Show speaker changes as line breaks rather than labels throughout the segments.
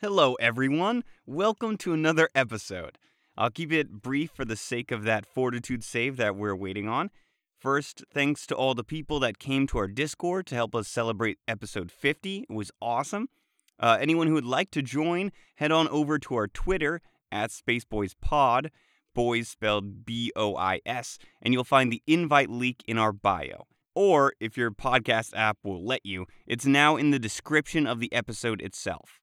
Hello, everyone. Welcome to another episode. I'll keep it brief for the sake of that fortitude save that we're waiting on. First, thanks to all the people that came to our Discord to help us celebrate episode 50. It was awesome. Uh, anyone who would like to join, head on over to our Twitter at SpaceboysPod, boys spelled B O I S, and you'll find the invite link in our bio. Or, if your podcast app will let you, it's now in the description of the episode itself.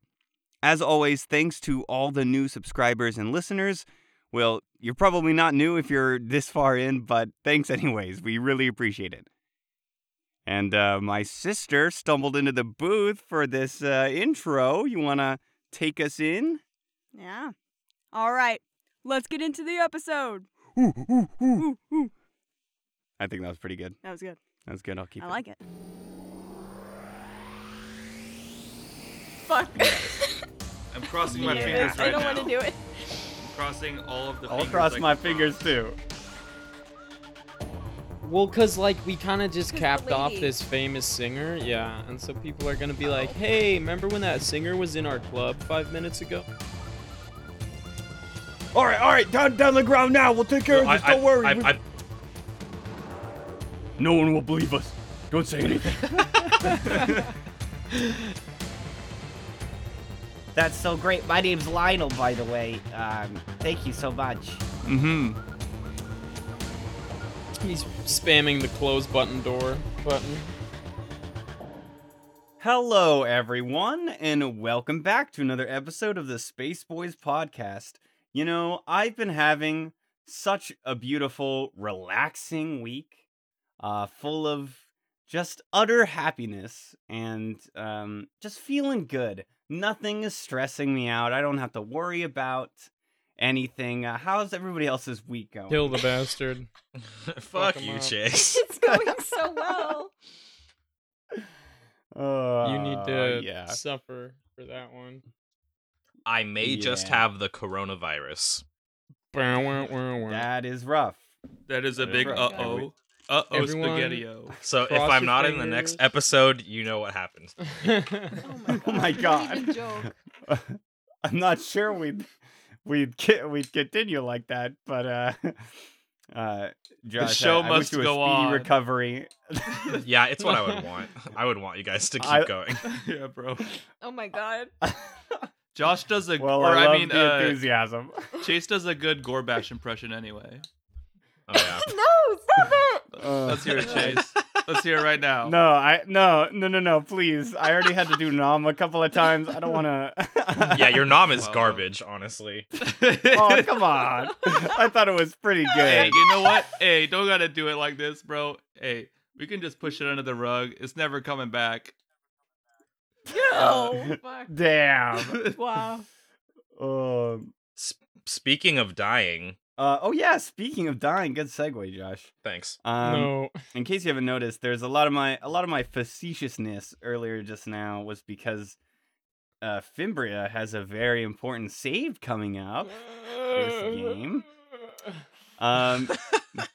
As always, thanks to all the new subscribers and listeners. Well, you're probably not new if you're this far in, but thanks anyways. We really appreciate it. And uh, my sister stumbled into the booth for this uh, intro. You want to take us in?
Yeah. All right. Let's get into the episode. Ooh, ooh.
I think that was pretty good.
That was good.
That's good. I'll keep
I
it.
like it. Fuck.
I'm crossing my
Yeah,
fingers
I
right
don't
now.
want to do it.
I'm crossing all of the
I'll
fingers.
cross
I can
my fingers
cross.
too.
Well, cause like we kind of just
Who's the
capped off
lady?
this famous singer, yeah, and so people are gonna be like, "Hey, remember when that singer was in our club five minutes ago?"
All right, all right. Down, down the ground now. We'll take care
I- I- I- I-
No one will believe us. Don't say anything.
That's so great. My name's Lionel, by the way. Um, thank you so much.
mm-hmm.
He's spamming the close button door button.
Hello, everyone, and welcome back to another episode of the Space Boys podcast. You know, I've been having such a beautiful, relaxing week, uh, full of just utter happiness and um, just feeling good. Nothing is stressing me out. I don't have to worry about anything. Uh, how's everybody else's week going?
Kill the bastard.
Fuck
him
you,
up.
Chase.
It's going so well.
Uh,
You need to
Oh, yeah.
suffer for that one.
I may just
Yeah.
have the coronavirus.
Bow, wow, wow, wow.
That is rough.
That is
a big uh-oh.
Uh-oh,
Everyone-
spaghetti-o. So if
cross
I'm
your
not in the next
fingers.
episode, you know what happens.
Oh
Oh my
my god. Don't even
God.
joke.
I'm not sure we'd we'd ki- we'd continue like that, but uh, uh, Josh, I-
show
I,
must
wish you a
go
speedy
on.
recovery.
yeah, it's what I would want. I would want you guys to keep
I-
going.
Yeah, bro.
Oh my god.
Josh does a
well,
or
I love
I, mean
the
uh,
enthusiasm.
Chase does a good Gorbash impression anyway.
Oh yeah.
No, stop it.
Let's hear it,
Uh,
Chase. Let's hear it right now.
No, I no no no no. Please, I already had to do nom a couple of times. I don't want to.
Yeah, your nom is
Wow.
garbage, honestly.
oh come on! I thought it was pretty
hey,
good.
you know what? Hey, don't gotta do it like this, bro. Hey, we can just push it under the rug. It's never coming back.
No. Fuck.
Damn.
Oh, Wow.
Um,
S- speaking of dying,
uh, oh yeah. Speaking of dying, good segue, Josh.
thanks.
Um,
no.
in case you haven't noticed, there's a lot of my a lot of my facetiousness earlier just now was because uh, Fimbria has a very important save coming up. the Oh, game. Um,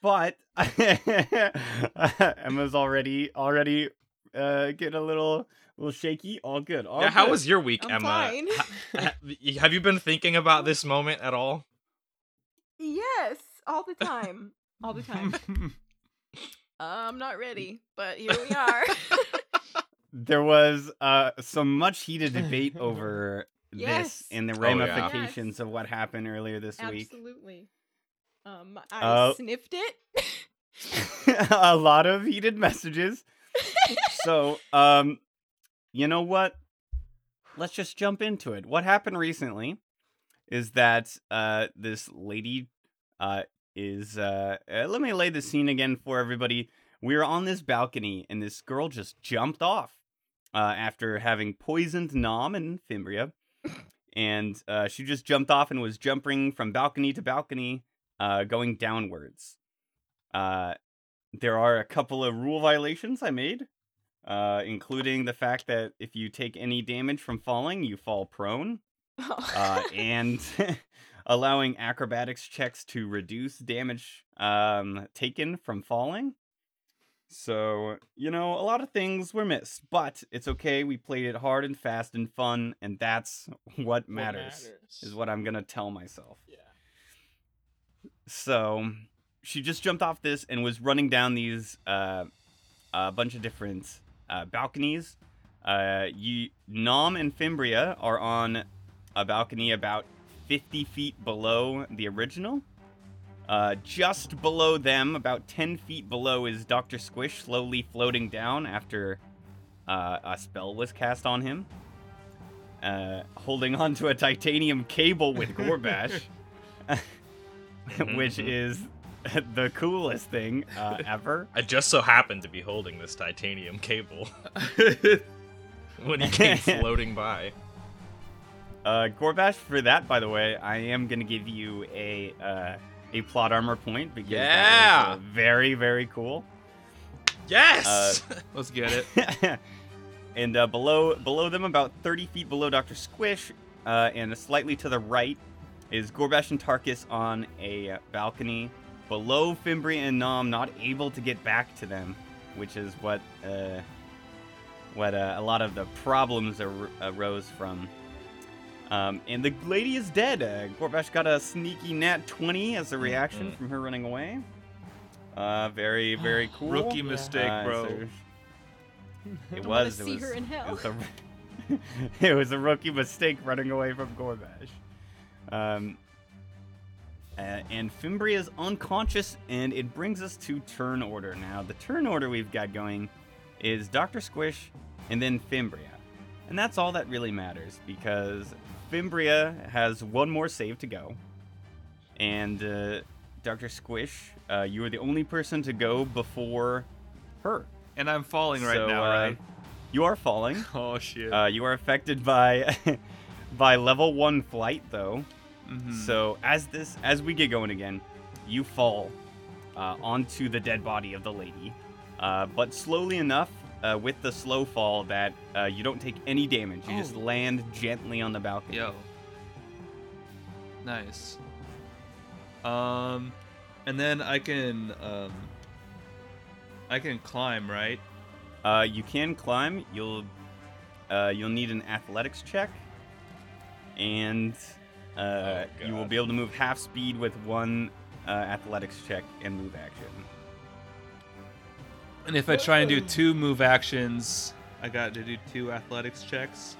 but Emma's already already uh, getting a little little shaky. All good. All
yeah, how
good.
was your week,
I'm
Emma?
fine.
Ha- have you been thinking about this moment at all?
yes, all the time. All the time. I'm not ready, but here we are.
there was uh, some much heated debate over
Yes.
this and the
Oh, yeah.
ramifications
Yes.
of what happened earlier this week.
Absolutely. Um, I
Uh,
sniffed it.
a lot of heated messages. so, um, you know what? Let's just jump into it. What happened recently is that uh, this lady uh, is. Uh, uh, let me lay the scene again for everybody. We were on this balcony, and this girl just jumped off uh, after having poisoned Nom and Fimbria. And uh, she just jumped off and was jumping from balcony to balcony, uh, going downwards. Uh, there are a couple of rule violations I made, uh, including the fact that if you take any damage from falling, you fall prone,
Oh.
uh, and allowing acrobatics checks to reduce damage um, taken from falling. So, you know, a lot of things were missed, but it's okay. We played it hard and fast and fun, and that's what matters, is what I'm going to tell myself.
Yeah.
So, she just jumped off this and was running down these uh, a bunch of different uh, balconies. Uh, you, Nom and Fimbria are on a balcony about 50 feet below the original. Uh, just below them, about 10 feet below, is Dr. Squish slowly floating down after uh, a spell was cast on him, uh, holding onto a titanium cable with Gorbash, which is the coolest thing uh, ever.
I just so happened to be holding this titanium cable when he came floating by.
Uh, Gorbash, for that, by the way, I am gonna give you a uh, a plot armor point because that was, uh, very very cool.
Yes!
Let's get it.
and uh, below below them, about thirty feet below Doctor Squish, uh, and slightly to the right, is Gorbash and Tarkus on a balcony below Fimbria and Nom, not able to get back to them, which is what uh, what uh, a lot of the problems ar- arose from. Um, and the lady is dead. Uh, Gorbash got a sneaky nat 20 as a reaction
Mhm.
from her running away. Uh, very, very cool.
Rookie mistake,
Uh,
bro.
so- it
I wanna
was. It
see
was,
her in hell.
It was, a, it was a rookie mistake running away from Gorbash. Um, uh, and Fimbria is unconscious, and it brings us to turn order. Now, the turn order we've got going is Dr. Squish and then Fimbria. And that's all that really matters because Fimbria has one more save to go. And uh, Dr. Squish, uh, you are the only person to go before her.
And I'm falling right
So,
now,
uh,
right?
You are falling.
Oh shit.
Uh, you are affected by by level one flight, though. Hmm.
Mhm.
So as this as we get going again, you fall uh, onto the dead body of the lady, uh, but slowly enough uh, with the slow fall that uh, you don't take any damage. You just land gently on the balcony.
Yo. Nice. Um, and then I can um, I can climb, right?
Uh, you can climb. You'll uh, you'll need an athletics check, and uh,
Oh,
you will
God.
be able to move half speed with one uh, athletics check and move action.
And if I try and do two move actions, I got to do two athletics checks.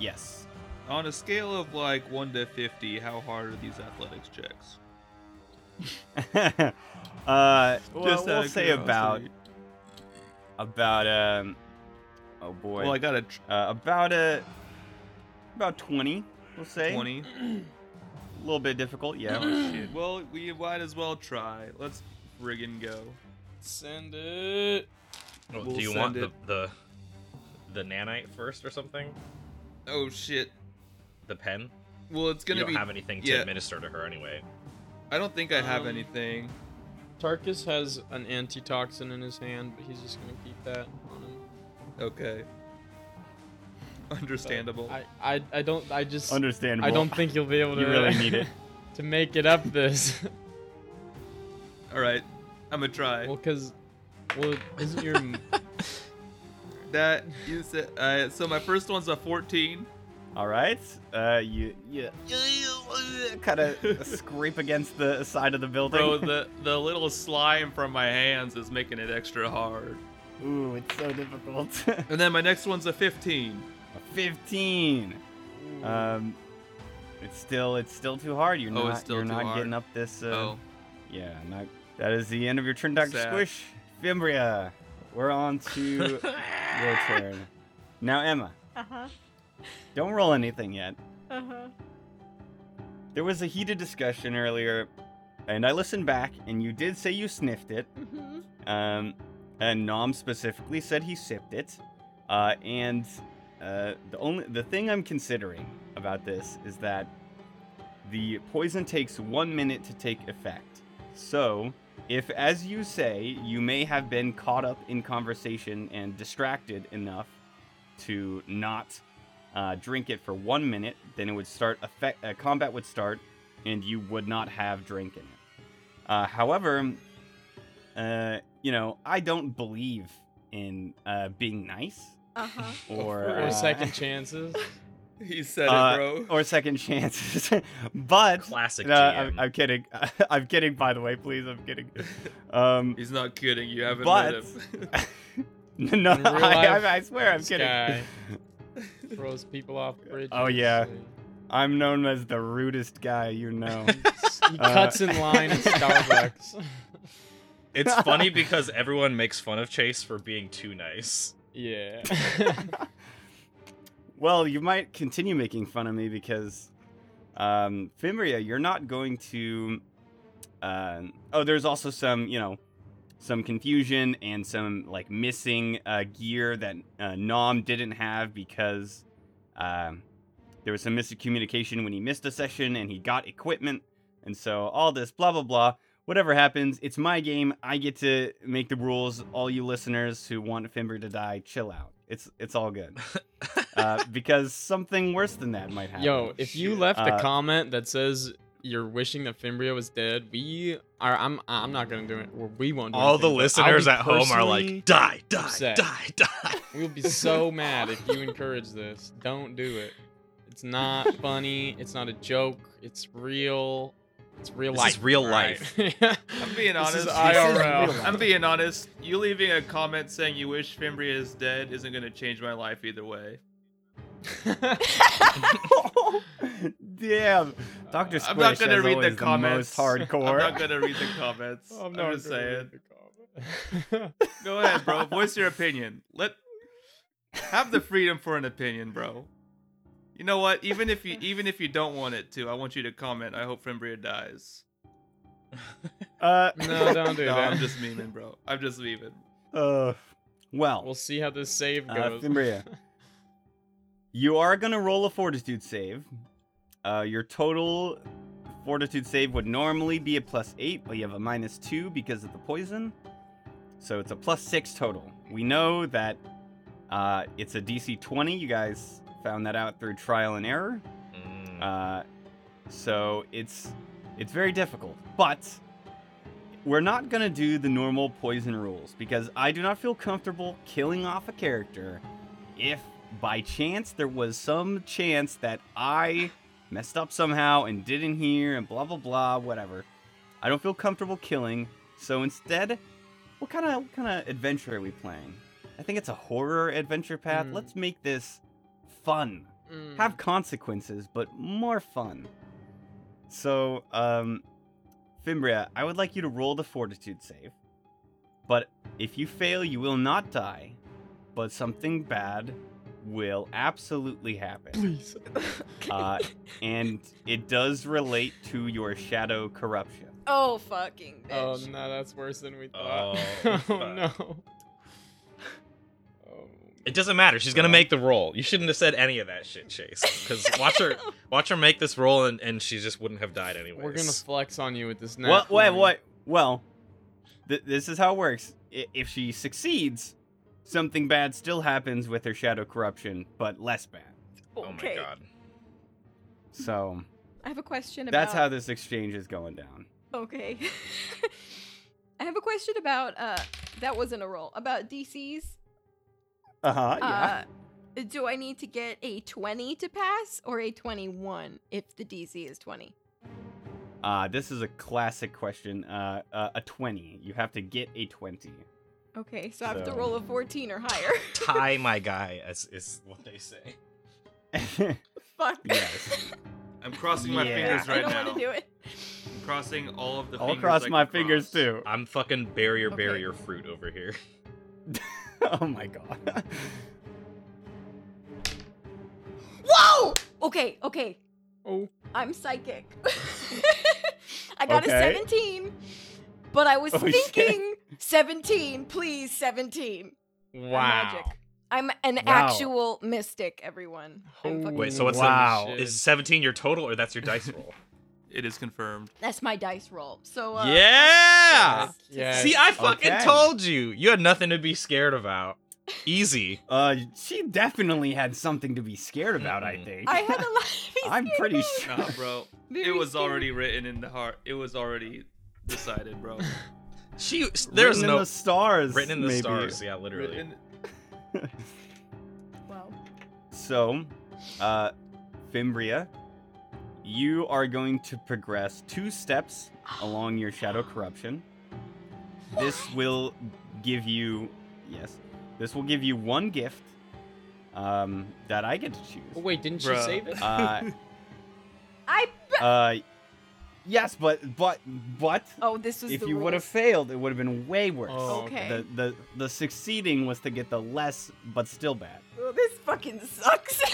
Yes.
On a scale of like one to fifty, how hard are these athletics checks?
uh, well,
Just out
we'll
of
say about
curiosity.
about um, oh boy,
Well, I got a tr-
uh, about a about twenty. We'll say
twenty.
A little bit difficult, yeah.
Oh, shit. Well, we might as well try. Let's friggin' go.
Send it.
Well,
We'll
do you want
send
the,
it.
the the nanite first or something?
Oh shit.
The pen?
Well, it's
You
gonna
don't
be.
have anything to
yeah.
administer to her anyway.
I don't think I have
Um,
anything.
Tarkus has an antitoxin in his hand, but he's just gonna keep that on him.
Okay.
But
Understandable.
I, I, I don't. I just.
Understandable.
I don't think you'll be able to.
you really need it.
to make it up this.
All right, I'm gonna try.
well, cause, well, isn't your
that you said. Uh, so my first one's a 14.
All right, uh, you you kind of scrape against the side of the building.
Bro, the the little slime from my hands is making it extra hard.
Ooh, it's so difficult.
And then my next one's a 15.
Fifteen. Um, it's still it's still too hard. You're
Oh,
not
it's still
you're
too
not
hard.
getting up this. Uh,
Oh,
Yeah, not, that is the end of your turn, Doctor
Sad.
Squish. Fimbria, we're on to your turn. Now, Emma,
Uh huh.
don't roll anything yet.
Uh huh.
There was a heated discussion earlier, and I listened back, and you did say you sniffed it.
Mm-hmm.
Um, and Nom specifically said he sipped it. Uh, and uh, the only the thing I'm considering about this is that the poison takes one minute to take effect. So, if as you say, you may have been caught up in conversation and distracted enough to not uh, drink it for one minute, then it would start effect. Uh, combat would start, and you would not have drink in it. Uh, however, uh, you know, I don't believe in uh, being nice
Uh huh.
or
Or
uh,
second chances.
He said
Uh,
it, bro.
or second chances. but
Classic
no, I'm,
GM.
I'm kidding. I'm kidding. By the way, please, I'm kidding. Um,
He's not kidding. You haven't
But-
met him.
no,
In real
I,
life,
I, I swear, I'm
this
kidding.
guy throws people off bridges.
Oh, yeah. I'm known as the rudest guy you know.
He cuts in line at Starbucks.
it's funny because everyone makes fun of Chase for being too nice.
yeah.
well, you might continue making fun of me because, um, Fimria, you're not going to. Uh, oh, there's also some, you know, some confusion and some like missing uh, gear that uh, Nom didn't have because um, there was some miscommunication when he missed a session and he got equipment, and so all this blah blah blah. Whatever happens, it's my game. I get to make the rules. All you listeners who want Fimber to die, chill out. It's it's all good uh, because something worse than that might happen.
Yo, if you
Shit.
left a
Uh,
comment that says you're wishing that Fimbria was dead, we are. I'm. I'm not gonna do it. or We won't. Do
All
anything, but
the
I'll
listeners
be
at home are
personally-
like, die, die,
upset."
die, die.
We'll be so mad if you encourage this. Don't do it. It's not funny. It's not a joke. It's real. It's real
This
life.
is real
alright?
I'm being honest.
This is
real
IRL.
I'm being honest. You leaving a comment saying you wish Fimbria is dead isn't going to change my life either way.
Damn, Doctor Squish.
I'm not going to
as
read
always,
the comments.
The most hardcore.
I'm not going to read the comments.
Oh,
I'm, just saying.
saying.
Go ahead, bro. Voice your opinion. Let have the freedom for an opinion, bro. You know what? Even if you even if you don't want it to, I want you to comment. I hope Fimbria dies.
Uh,
no, don't do
No,
that.
I'm just memeing, bro. I'm just memeing.
uh, well,
We'll see how this save
Uh,
goes.
Fimbria. you are gonna roll a Fortitude save. Uh, your total Fortitude save would normally be a plus eight, but you have a minus two because of the poison. So it's a plus six total. We know that uh, it's a DC 20. You guys found that out through trial and error.
Mm.
Uh, so it's it's very difficult, but we're not gonna do the normal poison rules because I do not feel comfortable killing off a character if by chance there was some chance that I messed up somehow and didn't hear and blah blah blah whatever. I don't feel comfortable killing, so instead, what kind of what kind of adventure are we playing? I think it's a horror adventure path.
Hmm.
Let's make this fun
Mm.
have consequences, but more fun. So, um, Fimbria, I would like you to roll the fortitude save. But if you fail, you will not die, but something bad will absolutely happen.
please.
Uh, and it does relate to your shadow corruption.
Oh fucking
Oh
bitch.
no, that's worse than we thought.
Oh,
Oh,
fuck.
no. Oh,
It doesn't matter. She's gonna make the roll. You shouldn't have said any of that shit, Chase. Because watch her, watch her make this roll, and, and she just wouldn't have died anyways.
we're gonna flex on you with this next.
Well, wait,
one.
what? Well, th- this is how it works. I- if she succeeds, something bad still happens with her shadow corruption, but less bad.
oh my
Okay.
god.
So.
I have a question about.
That's how this exchange is going down.
Okay. I have a question about uh that wasn't a roll. About DCs.
Uh-huh,
Uh do I need to get a 20 to pass or a 21 if the DC is 20?
Uh, this is a classic question. Uh, uh, a 20. You have to get a 20.
Okay, so I have to
So-
roll a 14 or higher.
Tie my guy, as is what they say.
Fuck.
Yes.
I'm crossing my
Yeah.
fingers
I
right
don't
now.
want to do it.
I'm crossing all of the
I'll
fingers.
cross
I
my
can
fingers
cross.
too.
I'm fucking barrier
Okay.
barrier fruit over here.
oh my god.
Whoa! Okay, okay.
Oh,
I'm psychic. I got
Okay.
a 17, but I was
Oh, shit.
thinking 17, please 17. I'm
wow.
magic. I'm an
Wow.
actual mystic, everyone. I'm fucking-
Holy
Wait, so what's
Wow.
the is 17 your total, or that's your dice roll?
It is confirmed.
That's my dice roll. So uh,
yeah.
Yes.
Yes.
See, I fucking
Okay.
told you. You had nothing to be scared about. Easy.
Uh, she definitely had something to be scared about, I
Mhm.
think.
I had a lot. Of these
I'm
things.
pretty sure.
Nah, bro.
Very
it was
scary.
already written in the heart. It was already decided, bro.
She there's
written
no
in the stars.
written in the
maybe.
stars. Yeah, literally.
Written-
Wow.
So, uh, Fimbria, you are going to progress two steps along your shadow corruption. This will give you, yes, this will give you one gift um, that I get to
Oh,
choose.
wait, didn't she
Bruh.
save it?
Uh,
I.
uh, yes, but but but
Oh, this was.
if
the
you would have
rules.
failed, it would have been way worse.
Oh,
okay.
The, the the succeeding was to get the less but still bad.
Well, Oh, this fucking sucks.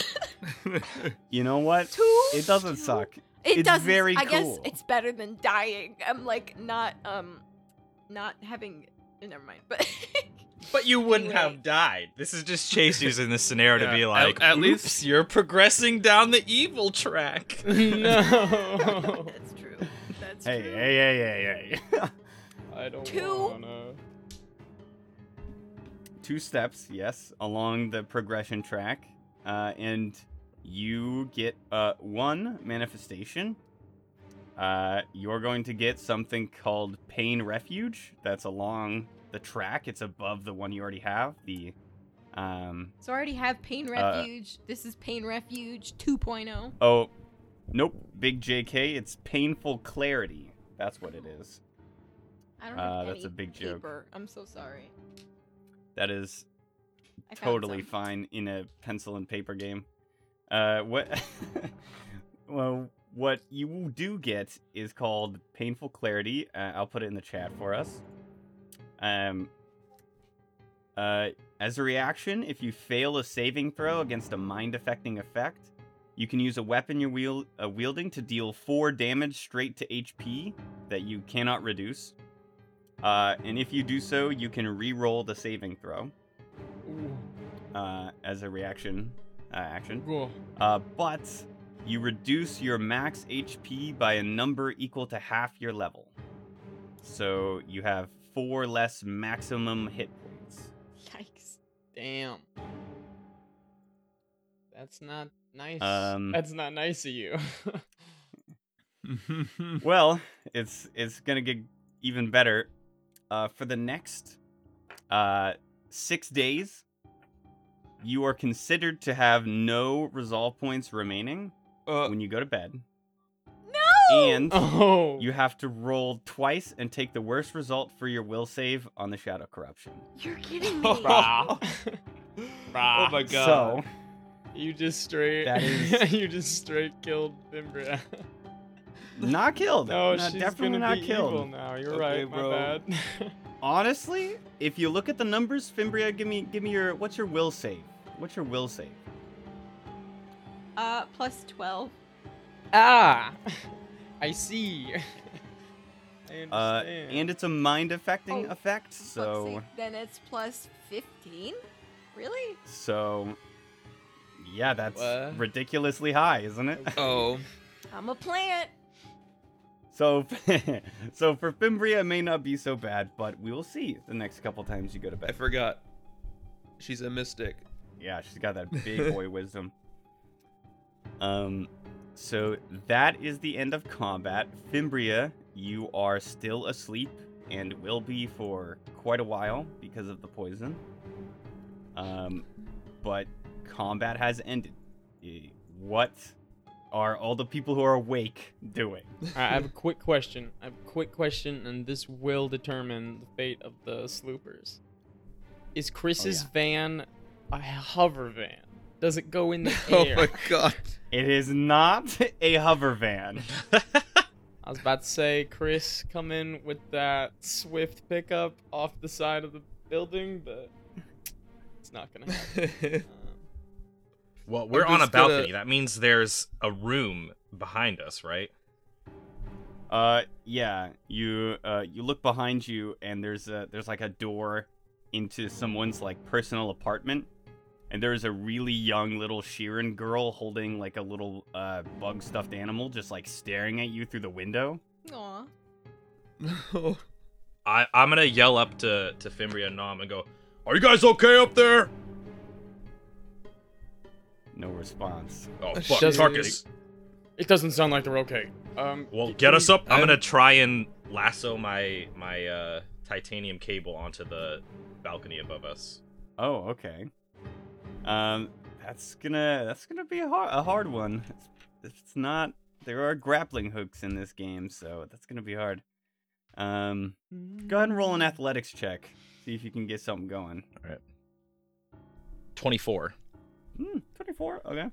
You know what?
Two.
It doesn't
Two?
suck.
It
It's
doesn't.
very
I guess
cool.
it's better than dying. I'm like not um, not having. Never mind. But
But you wouldn't
Anyway.
have died. This is just Chase using this scenario to
Yeah,
be
at-
like,
at
"Oops,
least-
you're progressing down the evil track.
no.
that's true. That's
Hey,
true.
hey, hey, hey, hey.
I don't
Two.
wanna.
Two steps, yes, along the progression track. Uh, and you get uh, one manifestation. Uh, you're going to get something called Pain Refuge. That's along the track. It's above the one you already have. The um,
So I already have Pain Refuge. this is Pain Refuge 2.0.
oh, nope, big JK. It's Painful Clarity. That's what it is.
I don't
uh,
have
that's
any
a big joke.
paper. I'm so sorry.
That is
I found
totally
some.
fine in a pencil and paper game. Uh, what? well, what you do get is called painful clarity. Uh, I'll put it in the chat for us. Um. Uh, as a reaction, if you fail a saving throw against a mind-affecting effect, you can use a weapon you're wield- uh, wielding to deal four damage straight to HP that you cannot reduce. Uh, and if you do so, you can re-roll the saving throw uh, as a reaction uh, action.
Ooh.
Uh, but you reduce your max HP by a number equal to half your level. So you have four less maximum hit points.
Yikes.
Damn. That's not nice.
Um,
That's not nice of you.
well, it's it's gonna get even better. Uh, for the next uh, six days, you are considered to have no resolve points remaining
uh,
when you go to bed,
No!
and
oh.
You have to roll twice and take the worst result for your will save on the shadow corruption.
You're kidding me.
Oh.
Brah. Brah.
oh my god.
So,
You just straight.
That is-
you just straight killed Fimbria.
not killed.
No,
Not-
she's
definitely
gonna
not
be
killed.
evil now. You're
Okay,
right, my
bro.
bad.
Honestly, if you look at the numbers, Fimbria, give me give me your what's your will save? What's your will save?
Uh, plus 12.
ah, I see. I understand.
Uh, and it's a mind affecting
Oh,
effect,
Fuck's
so
sake, then it's plus 15? Really?
so yeah, that's
What?
ridiculously high, isn't it?
Oh.
I'm a plant.
So, so for Fimbria, it may not be so bad, but we will see the next couple times you go to
I
bed.
forgot. She's a mystic.
Yeah, she's got that big boy wisdom. Um, so that is the end of combat. Fimbria, you are still asleep and will be for quite a while because of the poison. Um, but combat has ended. Eh, What are all the people who are awake doing?
All right, I have a quick question. I have a quick question, and this will determine the fate of the sloopers. Is Chris's
yeah.
van a hover van? Does it go in the
Oh
air?
my god.
It is not a hover van.
I was about to say, Chris, come in with that swift pickup off the side of the building, but it's not gonna happen. Um,
well, we're
I'm
on a
just gonna-
balcony. That means there's a room behind us, right?
Uh, yeah. You uh, you look behind you, and there's a there's like a door into someone's like personal apartment, and there's a really young little Sheeran girl holding like a little uh bug stuffed animal, just like staring at you through the window.
Aw.
Um,
oh.
I I'm gonna yell up to to Fimbria and Nom and go, "Are you guys okay up there?"
No response.
Oh fuck,
Shit.
Tarkus.
It doesn't sound like they're okay. Um.
Well,
can
get us
you-
up. I'm
I'm-
gonna try and lasso my my uh titanium cable onto the balcony above us.
Oh, okay. Um, that's gonna that's gonna be a hard a hard one. It's, it's not. There are grappling hooks in this game, so that's gonna be hard. Um, go ahead and roll an athletics check. See if you can get something going.
24.
Hmm, 24. Okay.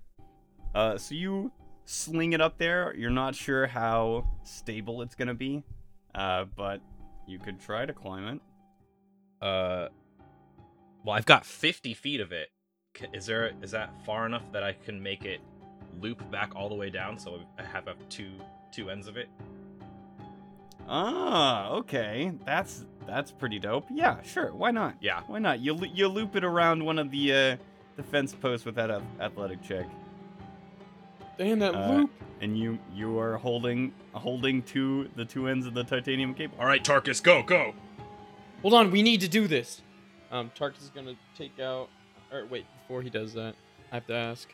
Uh, so you sling it up there. You're not sure how stable it's gonna be, uh, but you could try to climb it.
Uh, well, I've got 50 feet of it. C- Is there is that far enough that I can make it loop back all the way down so I have up two two ends of it?
Ah, okay. That's that's pretty dope. Yeah, sure. Why not?
Yeah.
Why not? You lo- you loop it around one of the uh, the fence posts with that ath- athletic check,
Damn that
Uh,
loop.
and you you are holding holding to the two ends of the titanium cable.
All right, Tarkus, go go.
Hold on, we need to do this. Um, Tarkus is gonna take out. Or wait, before he does that, I have to ask: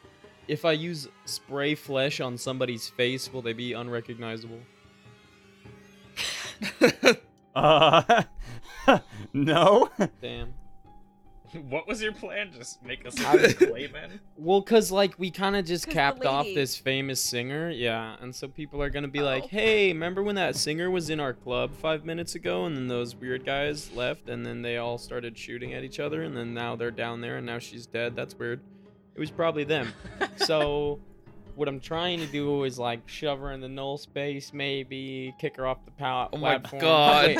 if I use spray flesh on somebody's face, will they be unrecognizable?
Uh, no.
Damn.
What was your plan? Just make us
I was-
claymen?
Well, cause like we kind of just
'Cause the
capped off
lady-
this famous singer, yeah, and so people are gonna be like,
Oh.
"Hey, remember when that singer was in our club five minutes ago, and then those weird guys left, and then they all started shooting at each other, and then now they're down there, and now she's dead. That's weird. It was probably them." so, what I'm trying to do is like shove her in the null space, maybe kick her off the pow-
Oh my
platform.
God.
Wait,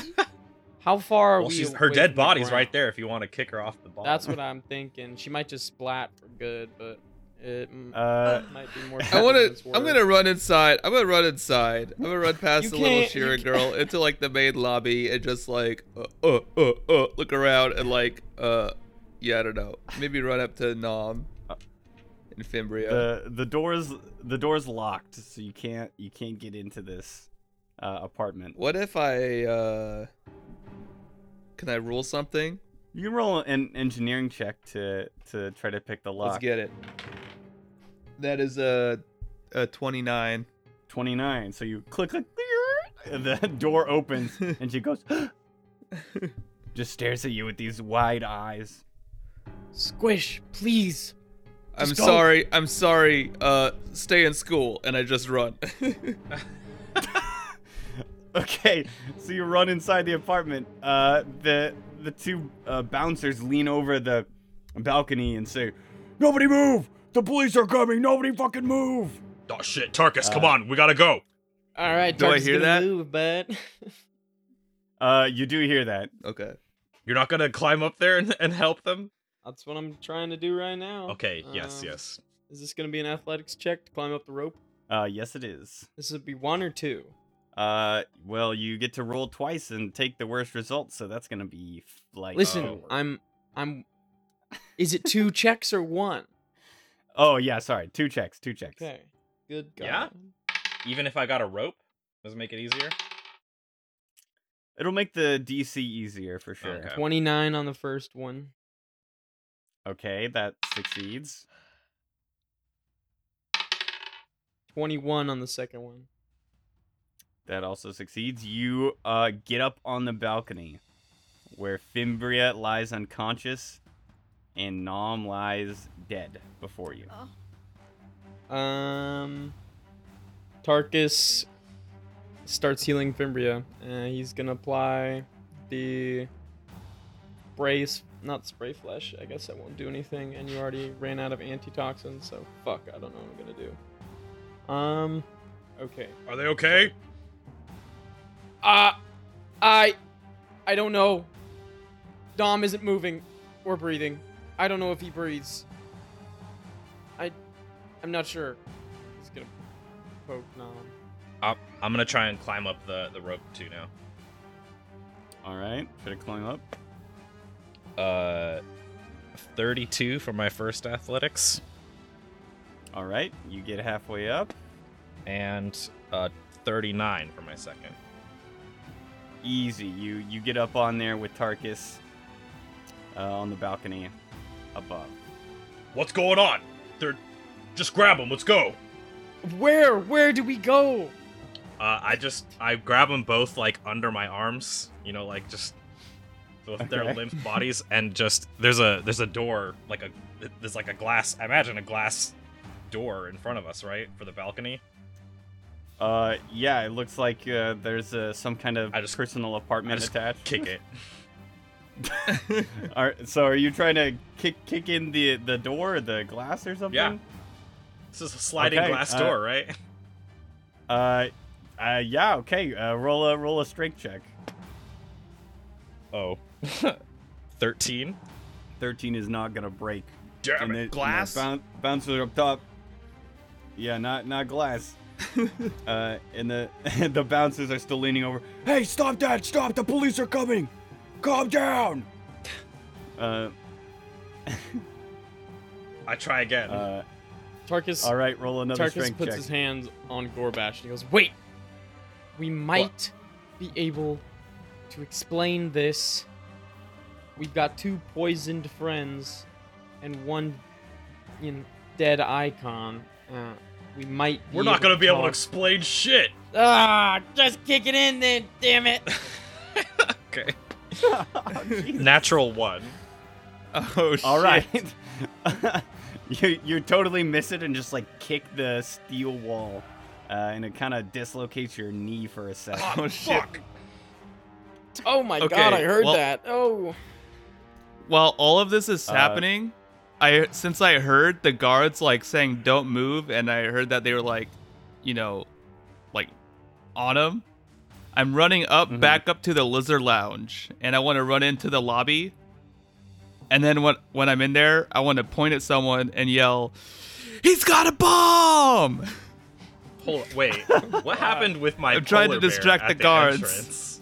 how far are
Well,
we?
she's her
away
dead
from the
body's
ground?
right there. If you want to kick her off the ball,
That's what I'm thinking. She might just splat for good, but it m-
Uh,
might be more.
I want
than it's
to. I'm
worth.
gonna run inside. I'm gonna run inside. I'm gonna run past
You
the little
can't- you
Shira
can't-
girl into like the main lobby and just like uh uh uh, uh look around and like uh yeah I don't know maybe run up to Nom and
Uh,
Fimbria.
the the doors the doors locked, so you can't you can't get into this uh, apartment.
what if I uh can I rule something?
You can roll an engineering check to to try to pick the lock.
Let's get it. That is a a 29.
29. So you click, click, and the door opens, and she goes, just stares at you with these wide eyes.
Squish, please.
I'm
go.
sorry. I'm sorry. Uh stay in school and I just run.
Okay, so you run inside the apartment. Uh, the the two uh, bouncers lean over the balcony and say, "Nobody move! The police are coming! Nobody fucking move!"
Oh shit, Tarkus, come
Uh,
on, we gotta go.
All right,
Do I
Tark's
hear
gonna
that?
Move, bud.
Uh, you do hear that.
okay.
You're not gonna climb up there and, and help them?
That's what I'm trying to do right now.
Okay, yes,
Um,
yes.
Is this gonna be an athletics check to climb up the rope?
Uh, yes, it is.
This would be one or two.
Uh, well, you get to roll twice and take the worst result, so that's gonna be like.
Listen,
oh.
I'm, I'm. Is it two checks or one?
Oh yeah, sorry. Two checks. Two checks.
Okay. Good God.
Yeah? Even if I got a rope, does it make it easier?
It'll make the DC easier for sure.
Okay.
Okay,
Twenty-nine on the first one.
that succeeds.
Twenty-one on the second one.
That also succeeds. You uh get up on the balcony where Fimbria lies unconscious and Nom lies dead before you.
Oh.
Um, Tarkus starts healing Fimbria, and he's gonna apply the brace, not spray flesh. I guess that won't do anything. And you already ran out of antitoxins, so fuck. I don't know what I'm gonna do. Um, okay.
Are they okay?
Uh, I, I don't know. Dom isn't moving or breathing. I don't know if he breathes. I, I'm not sure. He's gonna poke Dom.
I'm, I'm gonna try and climb up the, the rope too now.
All right. Should I climb up?
Uh, 32 for my first athletics,
All right. You get halfway up.
and uh, 39 for my second.
Easy. You you get up on there with Tarkus uh, on the balcony above.
What's going on? They're just grab them. Let's go.
Where? Where do we go?
Uh, I just I grab them both like under my arms, you know, like just with their
Okay.
limp bodies, and just there's a there's a door like a there's like a glass. I imagine a glass door in front of us, right, for the balcony.
Uh, yeah, it looks like uh, there's uh, some kind of
I just-
personal apartment
I just
attached.
Kick it.
Are, so are you trying to kick kick in the the door, or the glass, or something?
This is a sliding
Okay,
glass
uh,
door, right?
Uh, uh, yeah. Okay. Uh, roll a roll a strength check.
Oh. 13.
Thirteen is not gonna break.
Damn
And
it.
it- and it boun- bounces up top. Yeah, not not glass. uh, and the the bouncers are still leaning over. Hey, stop that! Stop! The police are coming! Calm down. Uh,
I try again.
uh,
Tarkus,
all right. Roll another
Tarkus
strength
puts
check.
his hands on Gorbash and he goes, Wait! We might be able to explain this. We've got two poisoned friends and one you know, dead icon. Uh, we might. Be
We're not going to be able to
talk-
explain shit.
Ah, just kick it in then, damn it.
Okay. Natural one.
Oh shit.
All right. you you totally miss it and just like kick the steel wall, uh, and it kind of dislocates your knee for a second.
Oh shit.
Oh my
Okay,
god, I heard
well-
that. Oh.
While all of this is
Uh,
happening, I since I heard the guards like saying don't move and I heard that they were like, you know, like on him, I'm running up
Mhm.
back up to the lizard lounge and I want to run into the lobby. And then when when I'm in there, I want to point at someone and yell, "He's got a bomb!"
Hold on, wait. What happened with my
I'm trying to
polar bear
distract
at
the
the,
guards.
entrance?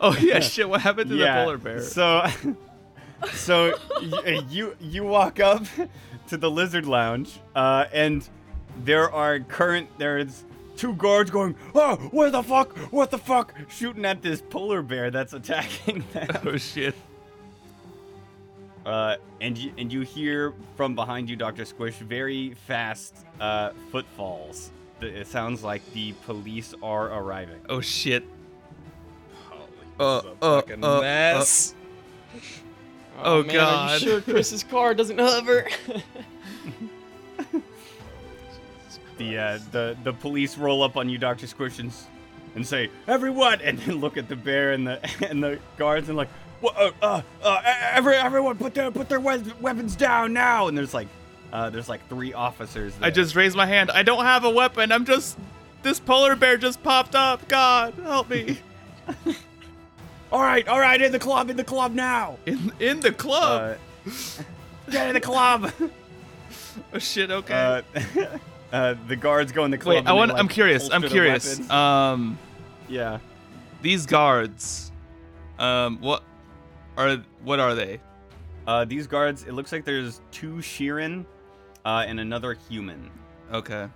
Oh yeah, shit! What happened to
yeah.
the polar bear?
So, so y- you you walk up to the lizard lounge, uh, and there are current there's two guards going, oh, where the fuck, what the fuck, shooting at this polar bear that's attacking them.
oh shit!
Uh, and you and you hear from behind you, Doctor Squish, very fast uh, footfalls. Th- It sounds like the police are arriving.
Oh shit!
Holy, this
Uh,
is a
uh,
fucking
uh, uh.
mess.
Oh,
man, Are
God.
you sure Chris's car doesn't hover?
The uh, the the police roll up on you, Doctor Squish, and, s- and say, "Everyone!" And then look at the bear and the and the guards and like, "What? Uh, uh, uh, e- every, everyone, put their put their we- weapons down now!" And there's like, uh, there's like three officers. There.
I just raised my hand. I don't have a weapon. I'm just. This polar bear just popped up. God, help me.
all right, all right, in the club, in the club now.
in in the club.
Uh, get in the club.
oh shit. Okay.
uh, uh, the guards go in the club.
Wait.
and
I
they,
want.
like,
I'm curious. I'm
holster the
curious.
weapons.
Um,
yeah.
these guards. Um, what are what are they?
Uh, these guards. It looks like there's two Sheeran, uh, and another human.
Okay.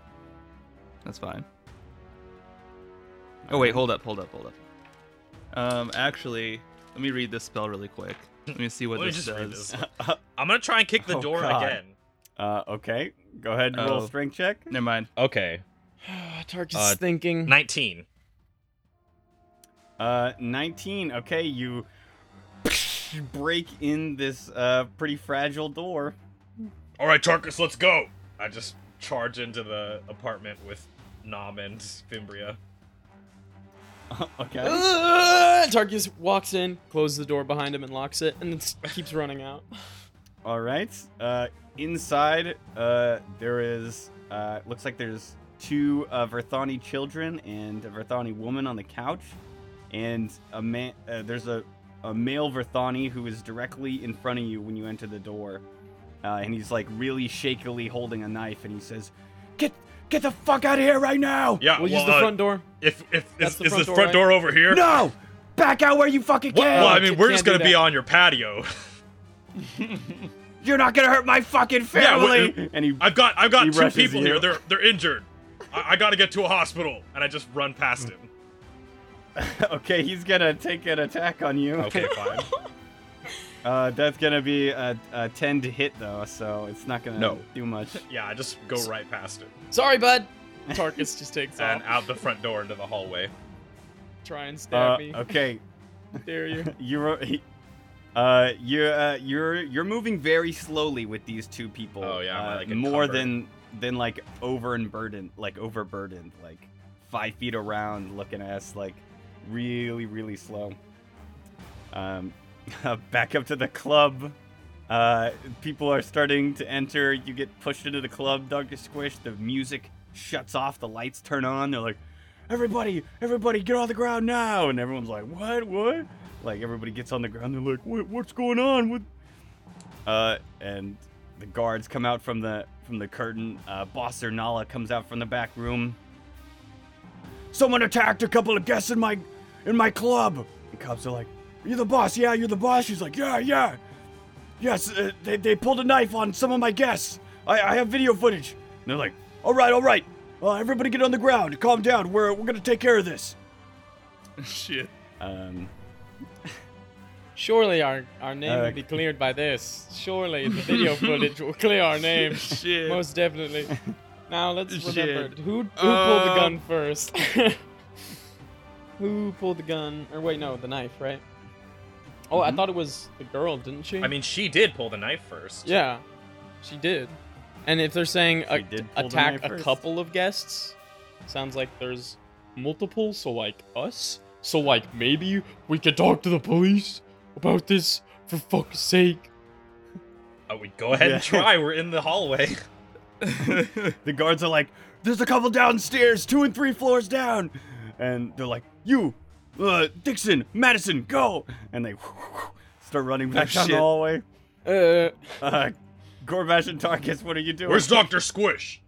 That's fine. Oh wait. Hold up. Hold up. Hold up. Um, actually, let me read this spell really quick. Let me see what
Let me
this
just read
does.
this. I'm going to try and kick the
Oh,
door
God.
again.
Uh, okay. Go ahead and roll
Oh.
a strength check.
Never mind.
Okay.
Tarkus
Uh,
is thinking.
19.
Uh, 19. Okay, you break in this uh pretty fragile door.
All right, Tarkus, let's go. I just charge into the apartment with Nom and Fimbria.
okay.
Uh, Tarkus walks in, closes the door behind him, and locks it, and then s- keeps running out.
All right. Uh, inside, uh, there is uh, looks like there's two uh, Verthani children and a Verthani woman on the couch, and a man. Uh, there's a a male Verthani who is directly in front of you when you enter the door, uh, and he's like really shakily holding a knife, and he says, "Get get the fuck out of here right now!"
Yeah,
We'll
well,
use the
uh,
front door.
If if
That's
is,
the
is
front
this
door,
front
right?
door over here?
No! Back out where you fucking
Well,
can!
well, I
you
mean, we're
can't
just gonna
do
be
that.
on your patio.
You're not gonna hurt my fucking
Yeah, what-
family! and he,
I've got I've got
He
two
rushes
people
you.
here. They're they're injured. I, I gotta get to a hospital, and I just run past him.
okay, he's gonna take an attack on you.
Okay, fine.
Uh, that's gonna be a, a 10 to hit, though, so it's not gonna
No.
do much.
Yeah, I just go right past him
Sorry, bud. Tarkus just takes
and
off.
out the front door into the hallway.
Try and stab
Uh,
me.
okay,
Dare you?
you, ro- he, Uh, you're uh, you're you're moving very slowly with these two people.
Oh, yeah, I'm,
uh,
like,
more
encumbered.
than than like over and burdened, like overburdened, like five feet around, looking at us like really really slow. Um, back up to the club. Uh, people are starting to enter. You get pushed into the club, Doctor Squish. The music shuts off. The lights turn on. They're like, "Everybody, everybody, get on the ground now!" And everyone's like, "What? What?" Like everybody gets on the ground. They're like, what, "What's going on?" What? Uh, and the guards come out from the from the curtain. Uh, Bosser Nala comes out from the back room. Someone attacked a couple of guests in my in my club. The cops are like, "You're the boss, yeah, you're the boss." She's like, "Yeah, yeah." Yes, uh, they, they pulled a knife on some of my guests. I, I have video footage. And they're like, all right, all right. Uh, everybody get on the ground. Calm down. We're, we're going to take care of this.
Shit.
Um,
Surely our, our name
Uh,
will be cleared by this. Surely the video footage will clear our name.
Shit.
Most definitely. Now let's remember
Shit.
who, who pulled the
Um,
gun first. who pulled the gun? Or wait, no, the knife, right? Oh, I thought it was the girl, didn't she?
I mean, she did pull the knife first.
yeah, she did. And if they're saying
She
a-
did pull the
attack
knife
a
first.
couple of guests, sounds like there's multiple. So like us. So like maybe we could talk to the police about this. For fuck's sake.
Oh, we go ahead and
Yeah.
try. We're in the hallway.
the guards are like, there's a couple downstairs, two and three floors down. And they're like, you, uh, Dixon, Madison, go. And they start running back down the
shit.
hallway.
Uh,
Uh, Gorbash and Tarkus, what are you doing?
Doctor Squish?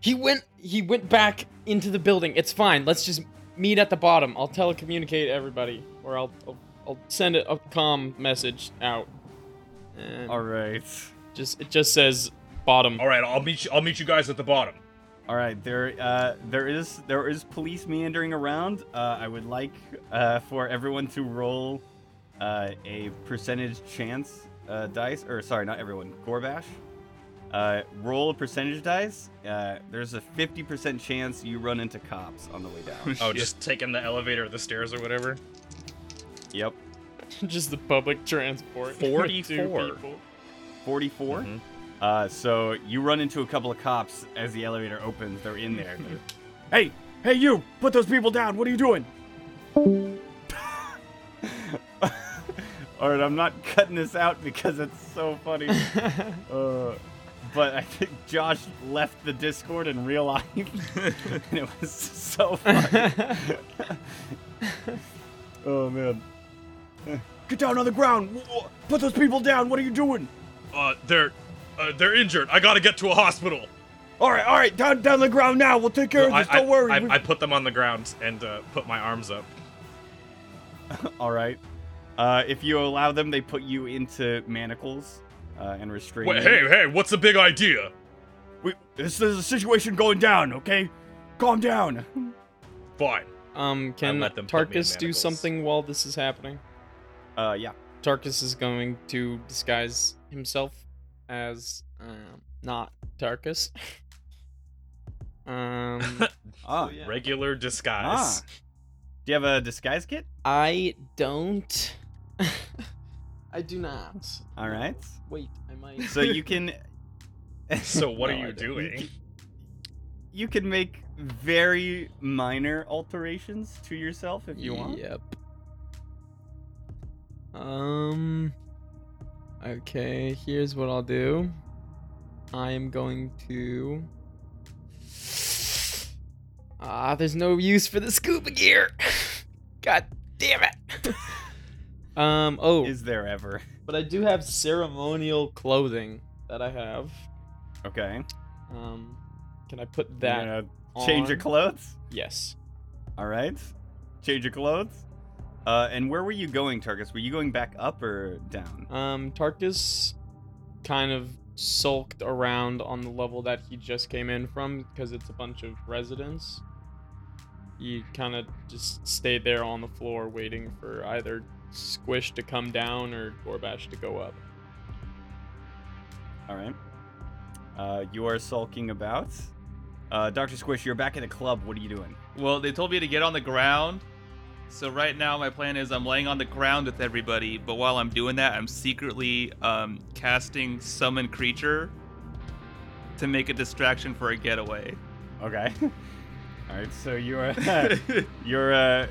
he went. He went back into the building. It's fine. Let's just meet at the bottom. I'll telecommunicate everybody, or I'll I'll, I'll send a, a comm message out. And
all right.
just it just says bottom.
All right, I'll meet you. I'll meet you guys at the bottom.
All right, there, uh, there is there is police meandering around. Uh, I would like uh, for everyone to roll uh, a percentage chance uh, dice, or sorry, not everyone, Gorbash. Uh, roll a percentage dice. Uh, there's a 50% chance you run into cops on the way down.
Oh, just taking the elevator or the stairs or whatever.
yep,
just the public transport. with two
44.
people.
44. Uh, so you run into a couple of cops as the elevator opens. They're in there. They're, hey, hey, you! Put those people down. What are you doing? All right, I'm not cutting this out because it's so funny. uh, but I think Josh left the Discord in real life, and it was so funny. oh man! Get down on the ground! W- w- Put those people down! What are you doing?
Uh, they're, uh, they're injured. I gotta get to a hospital.
All right, all right, down down the ground now. We'll take care of
I,
this. Don't
I-
worry.
I,
We-
I put them on the ground and uh, put my arms up.
all right. Uh, if you allow them, they put you into manacles uh, and restrain.
Wait,
you.
hey, hey, what's the big idea?
We, this is a situation going down. Okay, calm down.
Fine.
Um, can
let them put me in
Tarkus do
manacles.
something while this is happening?
Uh, yeah.
Tarkus is going to disguise himself as um, not Tarkus. um,
Ah,
yeah.
Regular
Ah.
disguise.
do you have a disguise kit?
I don't. I do not.
All right.
Wait, I might.
So you can Ah.
So what
No,
are
I
you
don't.
doing?
you can make very minor alterations to yourself if you want.
Yep. Um. Okay, here's what I'll do. I am going to. Ah, there's no use for the scuba gear. God damn it. um. Oh,
Is there ever?
but I do have ceremonial clothing that I have.
Okay.
Um, can I put
You're
that?
gonna change your
on?
clothes.
Yes.
All right. Change your clothes. Uh, and where were you going, Tarkus? Were you going back up or down?
Um, Tarkus kind of sulked around on the level that he just came in from because it's a bunch of residents. He kind of just stayed there on the floor waiting for either Squish to come down or Gorbash to go up.
All right. Uh, you are sulking about. Uh, Dr. Squish, you're back at the club. What are you doing?
Well, they told me to get on the ground So right now my plan is I'm laying on the ground with everybody, but while I'm doing that, I'm secretly um, casting summon creature to make a distraction for a getaway.
Okay. All right. So your uh, your uh,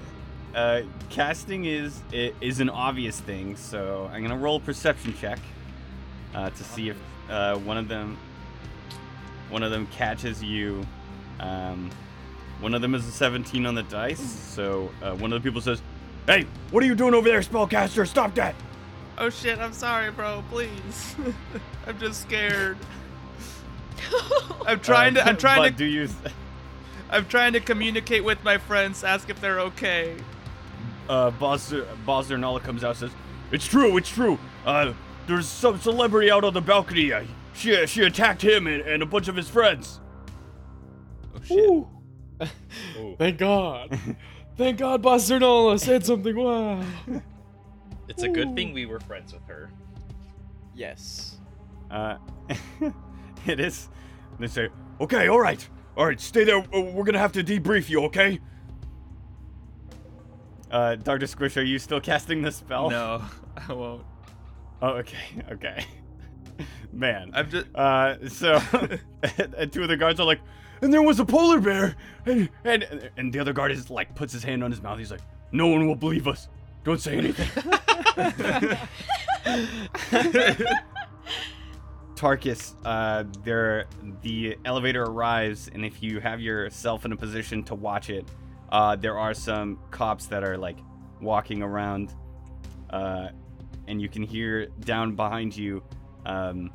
uh, casting is i- is an obvious thing. So I'm gonna roll a perception check uh, to see if uh, one of them one of them catches you. Um, one of them is a 17 on the dice. So uh, one of the people says, "Hey, what are you doing over there, spellcaster? Stop that!"
Oh shit! I'm sorry, bro. Please, I'm just scared. I'm trying
Uh,
to. I'm trying
but
to.
Do you?
I'm trying to communicate with my friends, ask if they're okay.
uh, Bosser, Bosser Nala comes out and says, It's true, it's true. Uh, there's some celebrity out on the balcony. Uh, she, she attacked him and, and a bunch of his friends.
Oh shit!
Ooh.
Thank God. Thank God Buster Nola said something. Wow.
It's a good thing we were friends with her.
Yes.
Uh, it is. They say, Okay, all right. All right, stay there. Uh, We're going to have to debrief you, okay? Uh, Dr. Squish, are you still casting the spell?
No, I won't.
Oh, okay, okay. Man.
I'm just.
Uh, so and two of the guards are like, and there was a polar bear, and and and the other guard is like puts his hand on his mouth. He's like, no one will believe us. Don't say anything. Tarkus, uh, there the elevator arrives, and if you have yourself in a position to watch it, uh, there are some cops that are like walking around, uh, and you can hear down behind you, um,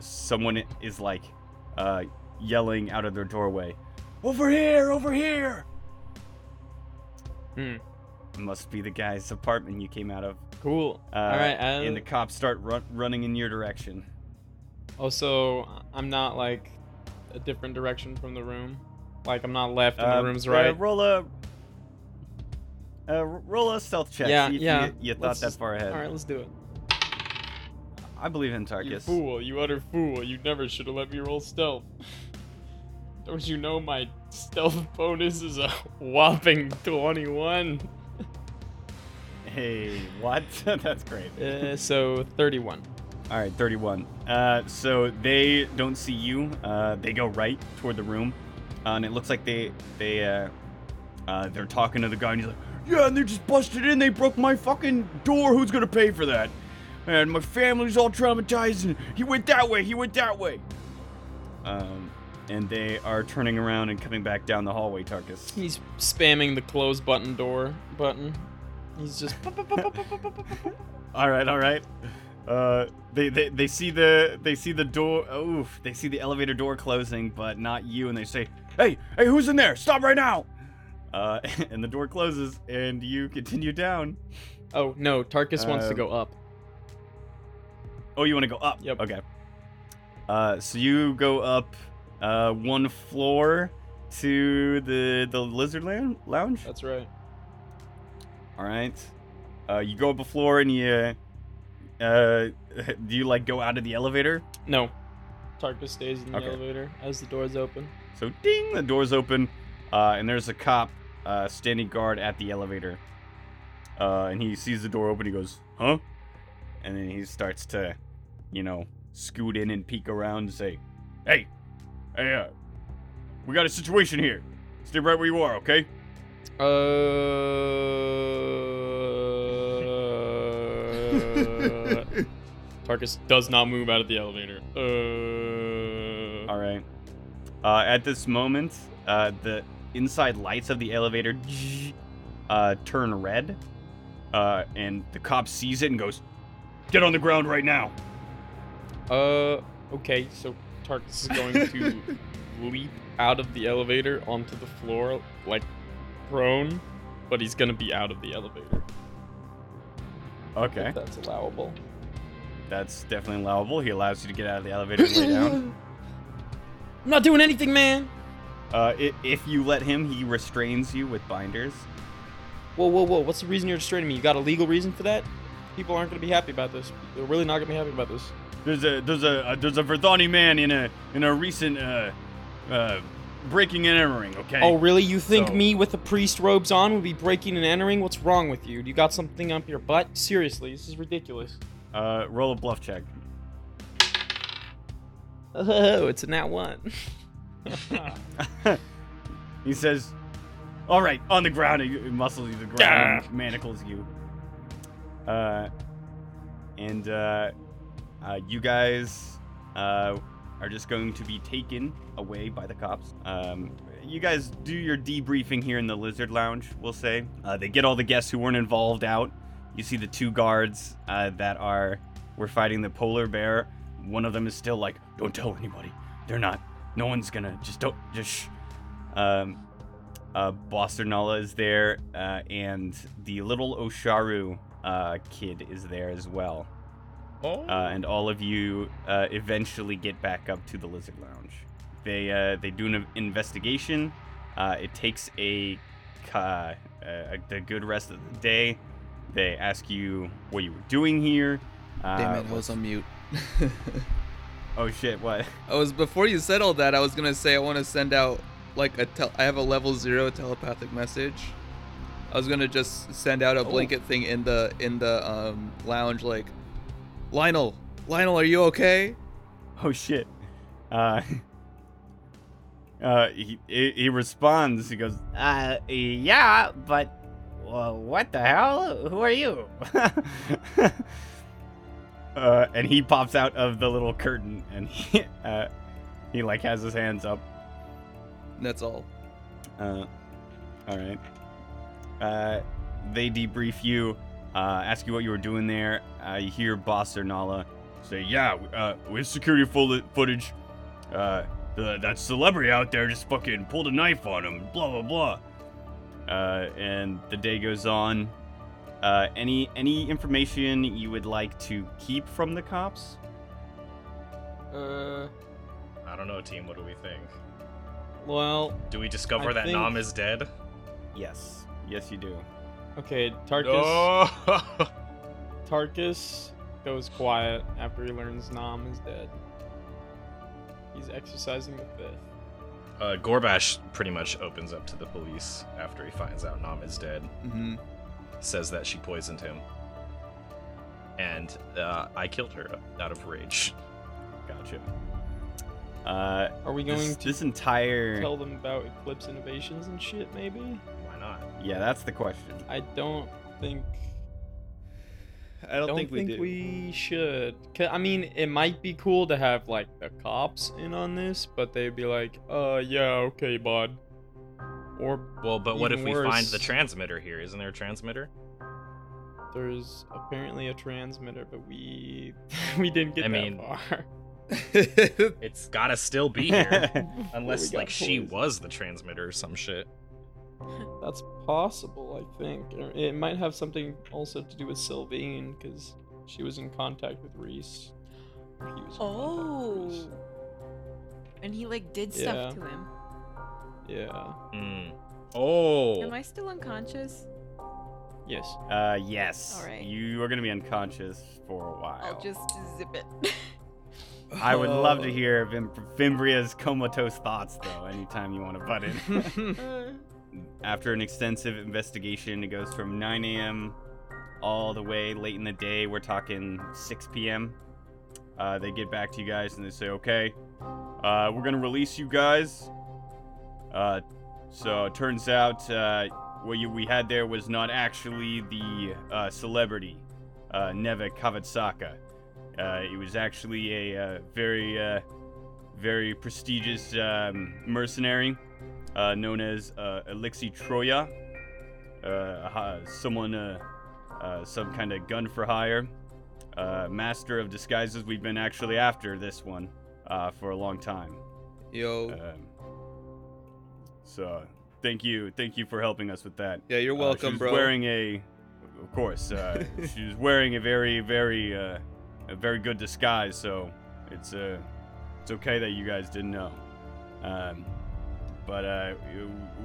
someone is like uh, yelling out of their doorway, "Over here! Over here!"
Hmm.
It must be the guy's apartment you came out of.
Cool.
Uh,
All right. I,
and the cops start run- running in your direction.
Oh, so I'm not like a different direction from the room. Like I'm not left and
Uh,
the room's
uh,
right.
roll a. Uh, roll a stealth check.
Yeah,
see if
yeah.
You, you thought
Let's
that
just-
far ahead.
All right, let's do it.
I believe in
You
Tarkus.
fool! You utter fool! You never should have let me roll stealth. Don't you know my stealth bonus is a whopping twenty-one?
Hey, what? That's great.
Uh, so thirty-one.
All right, 31. Uh, so they don't see you. Uh, they go right toward the room, uh, and it looks like they they uh, uh, they're talking to the guy, and he's like, "Yeah, and they just busted in. They broke my fucking door. Who's gonna pay for that? And my family's all traumatized. And he went that way. He went that way." Um, and they are turning around and coming back down the hallway, Tarkus.
He's spamming the close button door button. He's just
All right, all right. Uh, they, they they see the they see the door. Oof! They see the elevator door closing, but not you. And they say, "Hey, hey, who's in there? Stop right now!" Uh, and the door closes, and you continue down.
Oh no, Tarkus wants to
Um,
go up.
Oh, you want to go up?
Yep.
Okay. Uh, so you go up uh, one floor to the the lizard lou- lounge.
That's right.
All right. Uh, you go up a floor, and you uh, do you like go out of the elevator?
No. Tarkus stays in the
Okay.
elevator as the doors open.
So ding, the doors open, uh, and there's a cop uh, standing guard at the elevator. Uh, and he sees the door open. He goes, "Huh?" And then he starts to, you know, scoot in and peek around and say, "Hey, hey, uh, we got a situation here. Stay right where you are, okay?"
Uh. Tarkus does not move out of the elevator. Uh.
All right. Uh, at this moment, uh, the inside lights of the elevator uh, turn red, uh, and the cop sees it and goes, "Get on the ground right now!"
Uh. Okay, so Tarkus is going to leap out of the elevator onto the floor, like prone, but he's gonna be out of the elevator.
Okay,
If that's allowable.
that's definitely allowable. He allows you to get out of the elevator and lay down.
I'm not doing anything, man!
Uh, i- if you let him, he restrains you with binders.
Whoa, whoa, whoa! What's the reason you're restraining me? You got a legal reason for that? People aren't gonna be happy about this. They're really not gonna be happy about this.
There's a there's a, uh there's a Verdani man in a in a recent uh, uh, breaking and entering, okay?
Oh, really? You think
So-
me with the priest robes on would be breaking and entering? What's wrong with you? You got something up your butt? Seriously, this is ridiculous.
Uh, roll a bluff check.
Oh, it's a nat one.
he says, "All right, on the ground." He he muscles you to the ground, and manacles you. Uh, and uh, uh, you guys uh, are just going to be taken away by the cops. Um, you guys do your debriefing here in the lizard lounge. We'll say uh, they get all the guests who weren't involved out. You see the two guards uh, that are were fighting the polar bear. One of them is still like, "Don't tell anybody. They're not. No one's gonna. Just don't. Just." Shh. Um, uh, Boster Nala is there, uh, and the little Osharu uh, kid is there as well.
Oh.
Uh, and all of you uh, eventually get back up to the Lizard Lounge. They uh, they do an investigation. Uh, it takes a, ca- uh, a the good rest of the day. They ask you what you were doing here. Uh,
Damn it, I was on mute.
Oh shit! What?
I was before you said all that. I was gonna say I want to send out like a tel- I have a level zero telepathic message. I was gonna just send
Oh.
out a blanket thing in the in the um lounge like, Lionel, Lionel, are you okay?
Oh shit. Uh, uh, he, he he responds. He goes,
Uh, yeah, but uh, what the hell? Who are you?
uh, and he pops out of the little curtain, and he, uh, he like has his hands up.
And that's all.
Uh, all right. Uh, they debrief you, uh, ask you what you were doing there. Uh, you hear Boss or Nala say, "Yeah, uh, we have security full- footage. Uh, the, that celebrity out there just fucking pulled a knife on him. Blah blah blah." Uh, and the day goes on. Uh, any any information you would like to keep from the cops?
Uh,
I don't know, team. What do we think?
well,
Do we discover
I
that
think-
Nam is dead?
Yes. Yes, you do.
okay, Tarkus.
No.
Tarkus goes quiet after he learns Nam is dead. He's exercising the fifth.
uh, Gorbash pretty much opens up to the police after he finds out Nam is dead.
Mm-hmm.
Says that she poisoned him, and uh, I killed her out of rage.
Gotcha. Uh,
Are we going
this,
to
this entire
tell them about Eclipse Innovations and shit? Maybe.
Why not?
Yeah, that's the question.
I don't think.
I don't,
Don't
think, we do.
we should. 'Cause, I mean, it might be cool to have like the cops in on this, but they'd be like, "Uh, yeah, okay, bud." Or
Well, but what
Even
if we find
worse.
the transmitter here? Isn't there a transmitter?
there's apparently a transmitter, but we we didn't get
I
that
mean,
far.
It's gotta still be here,
We
unless
got
like she
poisoned.
was the transmitter or some shit.
That's possible, I think. Or It might have something also to do with Sylvine, because she was in contact with Reese. Or He was in contact with
Oh.
Reese.
And he like did
Yeah.
stuff to him.
Yeah.
Mm.
Am
Oh,
I still unconscious?
Yes.
Uh, yes.
All right.
You are gonna be unconscious for a while.
I'll just zip it.
I would love
Oh.
Oh,
to hear Vim- Vimbria's comatose thoughts, though. Anytime you want to butt in.
Uh,
After an extensive investigation, it goes from 9 a.m. all the way late in the day. We're talking 6 p.m. Uh, they get back to you guys and they say, okay, uh, we're going to release you guys. Uh, so it turns out uh, what you, we had there was not actually the uh, celebrity, uh, Neva Kavatsaka. Uh, it was actually a uh, very, uh, very prestigious um, mercenary uh, known as uh, Alexei Troya, uh, hi- someone, uh, uh, some kind of gun for hire, uh, master of disguises. We've been actually after this one uh, for a long time.
Yo,
Um, so thank you, thank you for helping us with that.
yeah, you're
Uh,
welcome,
she's
bro.
Wearing a, of course, uh, she's wearing a very, very, uh, a very good disguise. So it's uh, it's okay that you guys didn't know. Um, but uh,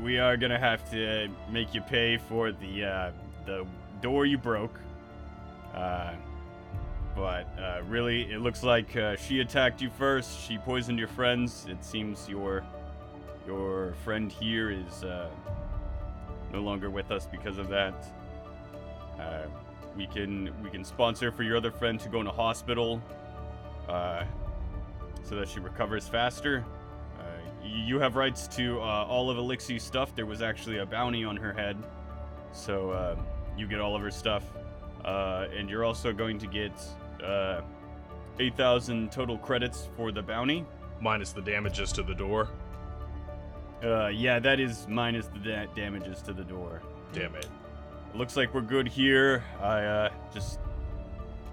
we are gonna have to make you pay for the uh, the door you broke. Uh, but uh, really, it looks like uh, she attacked you first. She poisoned your friends. It seems your Your friend here is uh, no longer with us because of that. Uh, we can we can sponsor for your other friend to go into hospital, uh, so that she recovers faster. Uh, y- you have rights to uh, all of Elixir's stuff. There was actually a bounty on her head, so uh, you get all of her stuff, uh, and you're also going to get uh, eight thousand total credits for the bounty.
Minus the damages to the door.
Uh, yeah, that is minus the da- damages to the door.
Damn it.
Looks like we're good here. I uh, just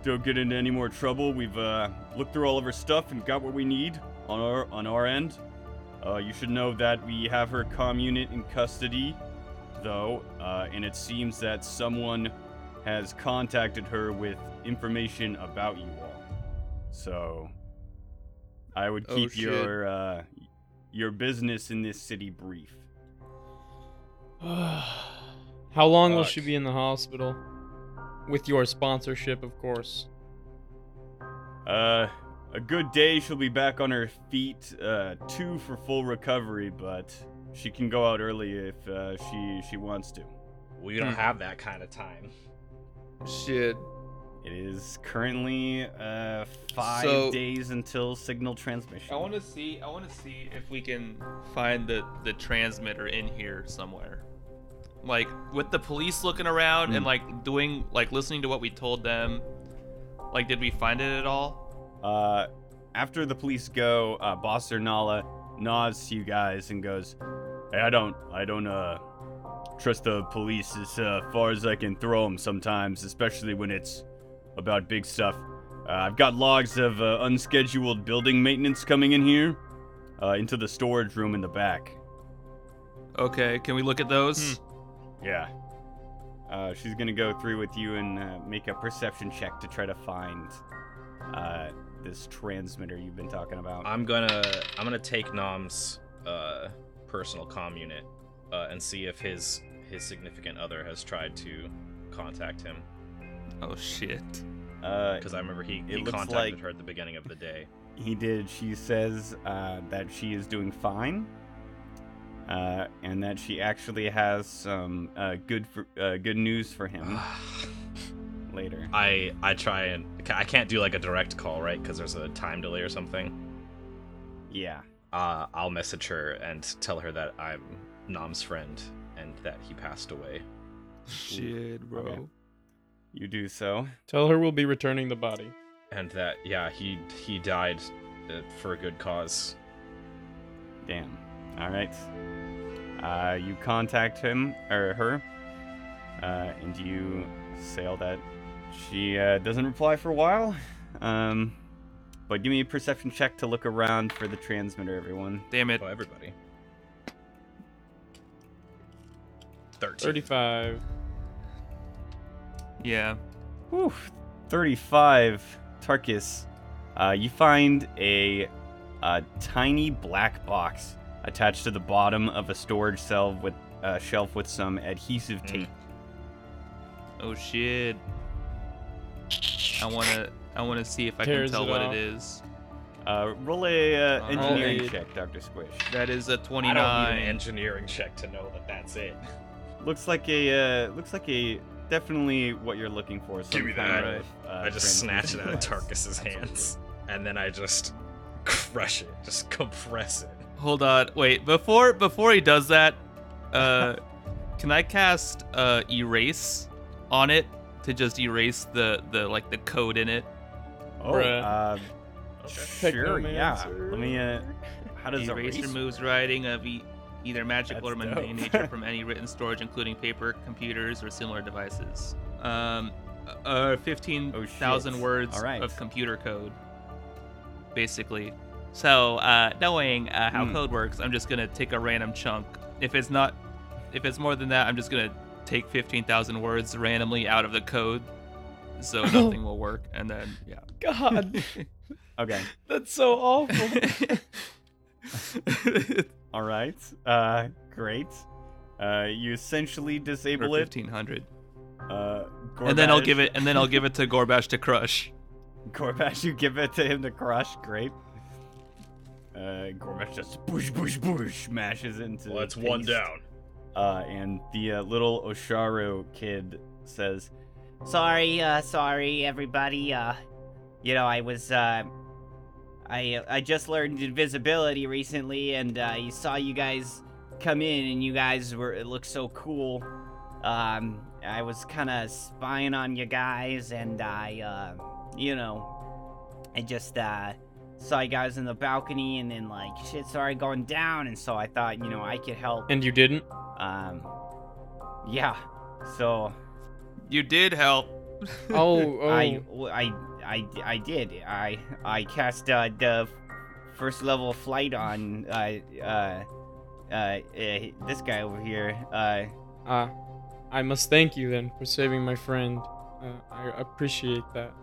don't get into any more trouble. We've uh, looked through all of her stuff and got what we need on our on our end. Uh, you should know that we have her com unit in custody, though, uh, and it seems that someone has contacted her with information about you all. So, I would
Oh,
keep
shit.
your uh, your business in this city brief.
How long will she
Fuck.
be in the hospital? With your sponsorship, of course.
Uh, a good day, she'll be back on her feet. Uh, two for full recovery, but she can go out early if uh, she she wants to.
We don't
Hmm.
have that kind of time.
Shit.
It is currently uh, five
So-
days until signal transmission.
I want to see. I want to see if we can find the the transmitter in here somewhere. Like with the police looking around and
Mm.
like doing like listening to what we told them. Like, did we find it at all?
Uh, after the police go, uh, Boss Nala nods to you guys and goes, "Hey, I don't, I don't, uh, trust the police as uh, far as I can throw them sometimes, especially when it's about big stuff. Uh, I've got logs of uh, unscheduled building maintenance coming in here, uh, into the storage room in the back.
Okay, can we look at those?
Yeah." Uh, she's gonna go through with you and uh, make a perception check to try to find uh, this transmitter you've been talking about.
I'm gonna I'm gonna take Nom's uh, personal comm unit uh, and see if his his significant other has tried to contact him
Oh shit.
Uh,
because I remember he,
It
he
looks
contacted
like-
her at the beginning of the day.
He did. She says uh, that she is doing fine, uh, and that she actually has some uh, good for, uh, good news for him later.
I I try and I can't do like a direct call right because there's a time delay or something.
Yeah.
Uh, I'll message her and tell her that I'm Nom's friend and that he passed away.
Shit, bro.
Okay. You do so.
Tell her we'll be returning the body.
and that yeah he he died uh, for a good cause
Damn. All right. Uh, you contact him or her, uh, and you say all that. She uh, doesn't reply for a while. Um, but give me a perception check to look around for the transmitter, everyone.
Damn it.
oh everybody 13
35.
Yeah.
Whew, 35, Tarkus. Uh, you find a, a tiny black box attached to the bottom of a storage cell with uh, shelf with some adhesive tape.
Oh shit. I wanna. I wanna see if I can
Tears
tell
it
what
off.
it is.
Uh, roll a uh,
Oh,
engineering
eight.
check, Doctor Squish.
That is a
i don't need an
twenty-nine.
engineering check to know that that's it
Looks like a uh, looks like a definitely what you're looking for. some
Give me
kind
that.
of, uh,
i just snatch it out of
translucent device.
tarkus's hands and then i just crush it just compress it
Hold on. Wait. Before before he does that, uh, can I cast uh erase on it to just erase the the like the code in it?
Oh,
Bruh.
uh, sure, yeah.
Technomancer.
Let me. Uh, how does
erase
erase
removes writing of e- either magical
That's
or mundane
dope.
nature from any written storage, including paper, computers, or similar devices. Um, uh, fifteen
Oh,
thousand
shit.
words
All right.
of computer code, basically. So, uh, knowing uh, how
Hmm.
code works, I'm just gonna take a random chunk. If it's not, if it's more than that, I'm just gonna take fifteen thousand words randomly out of the code, so nothing will work. And then, yeah.
God,
Okay.
that's so awful.
All right. Uh, great. Uh, you essentially disable it.
Fifteen hundred.
Uh,
and then I'll
Gorbash-
give it, and then I'll give it to Gorbash to crush.
Gorbash, you give it to him to crush. Great.
Uh, Gormesh just boosh, boosh, boosh, mashes into.
Well, it's one
Taste.
down.
Uh, and the uh, little Osharo kid says,
Sorry, uh, sorry, everybody. Uh, you know, I was, uh, I, I just learned invisibility recently, and uh, you saw you guys come in, and you guys were it looked so cool. Um, I was kind of spying on you guys, and I, uh, you know, I just uh, saw you guys in the balcony, and then like shit started going down, and so I thought, you know, I could help.
And you didn't?
Um, yeah. So
You did help.
Oh, oh.
I, w- I, I, I did. I, I cast uh, the f- first level flight on uh, uh, uh, uh, this guy over here. Uh,
Uh, I must thank you then for saving my friend. Uh, I appreciate that.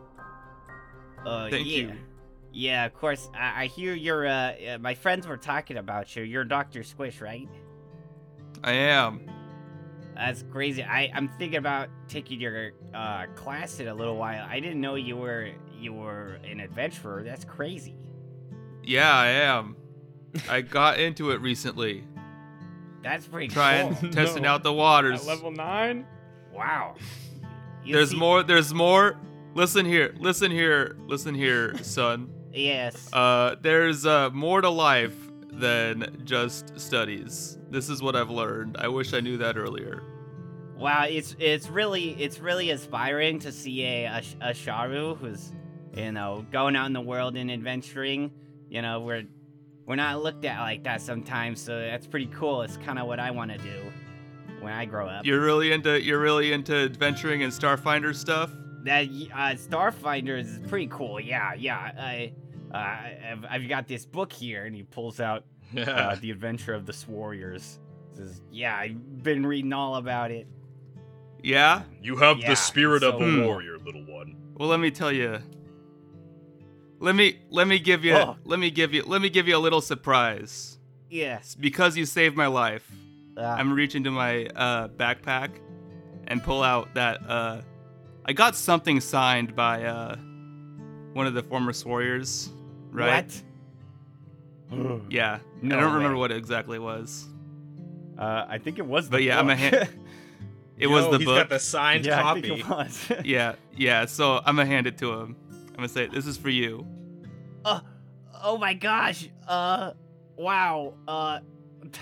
uh,
Thank
yeah.
you.
Yeah, of course. I, I hear you're. Uh, uh, my friends were talking about you. You're Doctor Squish, right?
I am.
That's crazy. I, I'm thinking about taking your uh, class in a little while. I didn't know you were you were an adventurer. That's crazy.
Yeah, I am. I got into it recently,
That's pretty
trying
cool.
testing
No.
out the waters.
At level nine?
Wow. You
There's
see-
more. There's more. Listen here. Listen here. Listen here, son.
Yes.
Uh, there's uh, more to life than just studies. This is what I've learned. I wish I knew that earlier.
Wow, it's it's really it's really inspiring to see a a, Sh- a Sharu who's you know going out in the world and adventuring. You know we're we're not looked at like that sometimes, so that's pretty cool. It's kind of what I want to do when I grow up.
You're really into you're really into adventuring and Starfinder stuff.
that uh, Starfinder is pretty cool. Yeah, yeah. I uh, I've, I've got this book here, and he pulls out uh, the Adventure of the Swarriors. Says, yeah, I've been reading all about it.
Yeah.
you have
yeah,
the spirit of
so-
a warrior, little one.
Well, let me tell you. Let me let me give you
Oh.
let me give you let me give you a little surprise.
Yes.
Because you saved my life,
Uh,
I'm reaching to my uh, backpack and pull out that uh, I got something signed by uh, one of the former warriors, right?
"Ugh."
Yeah.
No
I don't
way.
remember what it exactly was.
Uh, I think it was the
But yeah,
book.
I'm a hand- It was the
he's
book.
got the signed
yeah, I think
copy.
it was.
yeah, yeah. So I'm gonna hand it to him. I'm gonna say this is for you.
Uh, oh my gosh. Uh, wow. Uh,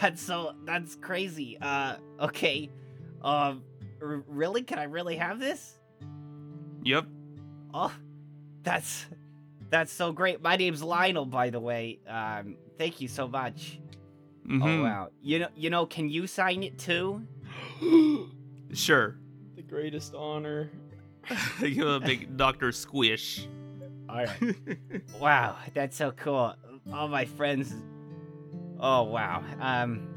that's so. That's crazy. Uh, okay. Um, r- really? Can I really have this?
Yep.
Oh, that's that's so great. My name's Lionel, by the way. Um, thank you so much.
hmm
Oh wow. You know, you know, can you sign it too?
Sure.
The greatest honor.
Give him a big Doctor Squish.
All right. wow, that's so cool. All my friends. Oh wow. Um.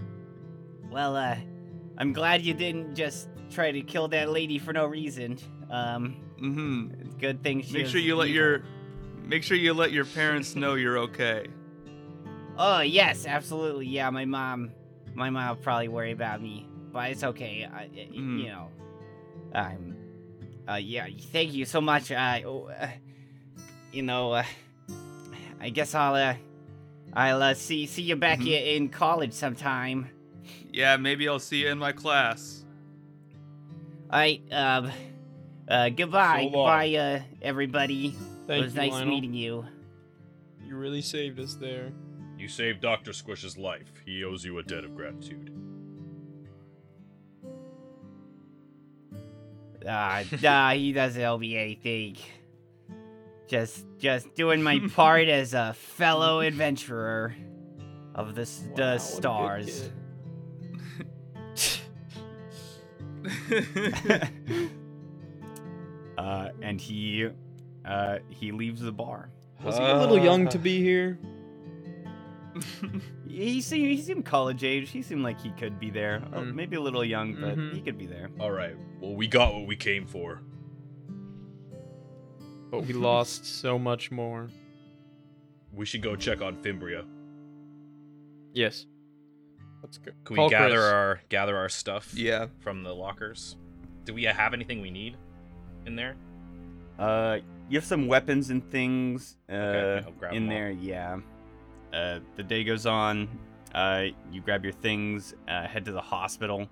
Well, uh, I'm glad you didn't just try to kill that lady for no reason. Um,
Mm-hmm.
it's good thing she.
Make sure
was
you let
evil.
your make sure you let your parents know you're okay.
Oh yes, absolutely. Yeah, my mom. My mom will probably worry about me, but it's okay. I, I-
Mm.
Hmm.
You know. I'm. Uh, yeah. Thank you so much. I. oh, uh, you know. Uh, I guess I'll. Uh, I'll uh, see see you back
Mhm.
i-
Mm-hmm.
in college sometime.
Yeah, maybe I'll see you in my class.
All right. Um. Uh, goodbye.
long.
goodbye, uh, everybody.
Thank
it was
you,
nice
Lionel.
meeting you.
You really saved us there.
You saved Doctor Squish's life. He owes you a debt of gratitude.
Ah, nah, he doesn't owe me anything. Just, just doing my part as a fellow adventurer of the s-
Wow, what a
the
good
stars.
kid.
uh, and he uh, he leaves the bar.
Was he a
Uh.
little young to be here?
He seemed, he seemed college age. He seemed like he could be there. Uh,
Mm.
Maybe a little young, but
Mhm.
he could be there.
All right. Well, we got what we came for.
But we lost so much more.
We should go check on Fimbria.
Yes. Let's go.
Can we
Call
gather
Chris.
our gather our stuff?
Yeah.
From the lockers. Do we have anything we need in there?
Uh, you have some weapons and things uh,
Okay, I'll grab
in
them all.
there. Yeah.
Uh, the day goes on. Uh, you grab your things, uh, head to the hospital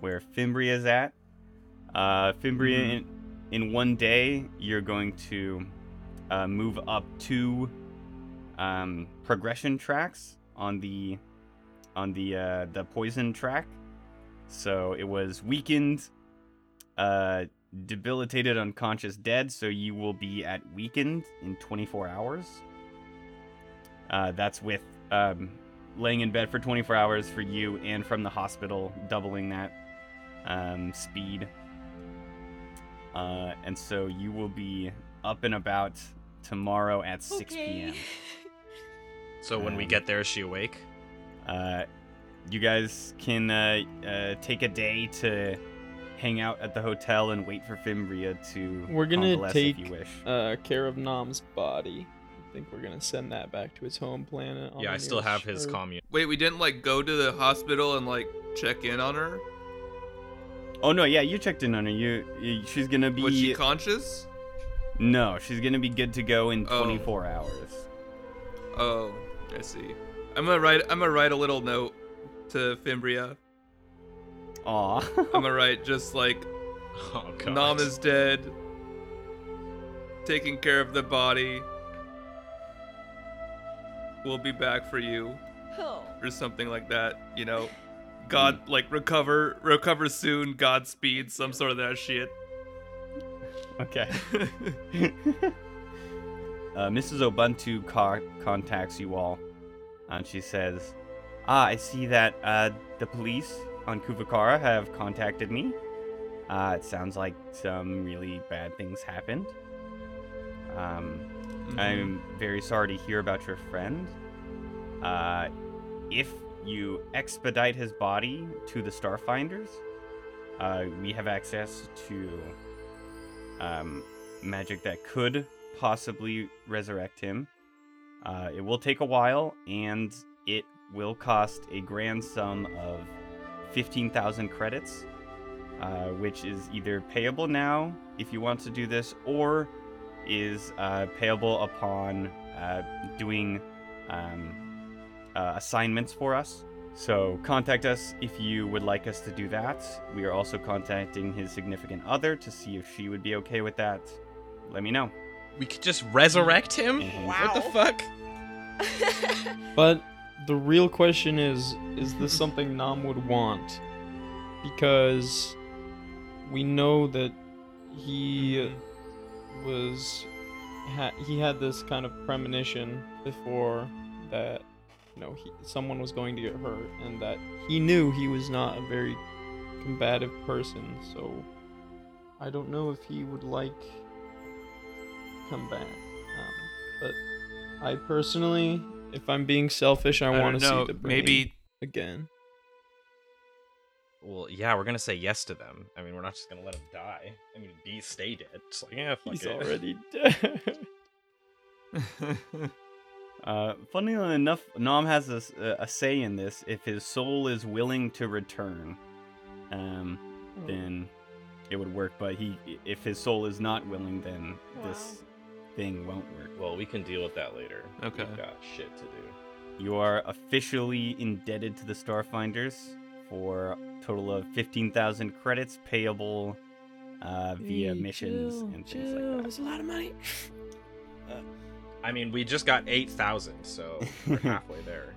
where Fimbria is at. Uh, Fimbria, in, in one day, you're going to uh, move up two um, progression tracks on the on the uh, the poison track. So it was weakened, uh, debilitated, unconscious, dead. So you will be at weakened in 24 hours. Uh, that's with um, laying in bed for 24 hours for you and from the hospital, doubling that um, speed. Uh, and so you will be up and about tomorrow at 6 p.m.
So when we
Um,
get there, is she awake?
Uh, you guys can uh, uh, take a day to hang out at the hotel and wait for Fimbria to
We're gonna
convalesce
take,
if you wish.
Uh, care of Nam's body. I think we're gonna send that back to his home planet. on
yeah, I
the
still have
nearest
his
Earth.
commune.
Wait, we didn't like go to the hospital and like check in on her.
oh no, yeah, you checked in on her. You, you she's gonna be
Was she conscious?
no, she's gonna be good to go in
Oh.
24 hours.
Oh, I see. I'm gonna write. I'm gonna write a little note to Fimbria.
Aw.
I'm gonna write just like
Oh god.
Nam is dead. Taking care of the body. We'll be back for you,
Oh.
or something like that. You know, God, like recover, recover soon. Godspeed, some sort of that shit.
Okay. uh, Mrs. Ubuntu co- contacts you all, and she says, "Ah, I see that uh, the police on Kuvakara have contacted me. Uh, it sounds like some really bad things happened. Um,
Mm.
I'm very sorry to hear about your friend. Uh, if you expedite his body to the Starfinders, uh, we have access to um, magic that could possibly resurrect him. Uh, it will take a while, and it will cost a grand sum of 15,000 credits, uh, which is either payable now if you want to do this, or is uh, payable upon uh, doing um, uh, assignments for us. So contact us if you would like us to do that. We are also contacting his significant other to see if she would be okay with that. Let me know.
We could just resurrect him.
Mhm.
What the fuck?
But the real question is: Is this something Nam would want? Because we know that he
Mm-hmm.
was ha- he had this kind of premonition before that you know he, someone was going to get hurt, and that he knew he was not a very combative person. So I don't know if he would like to come back. Um, but I personally, if I'm being selfish, I,
I
want to
don't
see
know.
the brain
Maybe
again.
Well, yeah, we're gonna say yes to them. I mean, we're not just gonna let him die. I mean, be stay dead. It's like yeah, fuck
He's
it.
already dead.
Uh, funnily enough, Nam has a, s- a- a say in this. If his soul is willing to return, um, then it would work. But he, if his soul is not willing, then this thing won't work.
Well, we can deal with that later.
Okay.
We've got shit to do.
You are officially indebted to the Starfinders for a total of 15,000 credits payable uh, via missions and things like
a lot of money.
I mean, we just got eight thousand, so we're halfway there.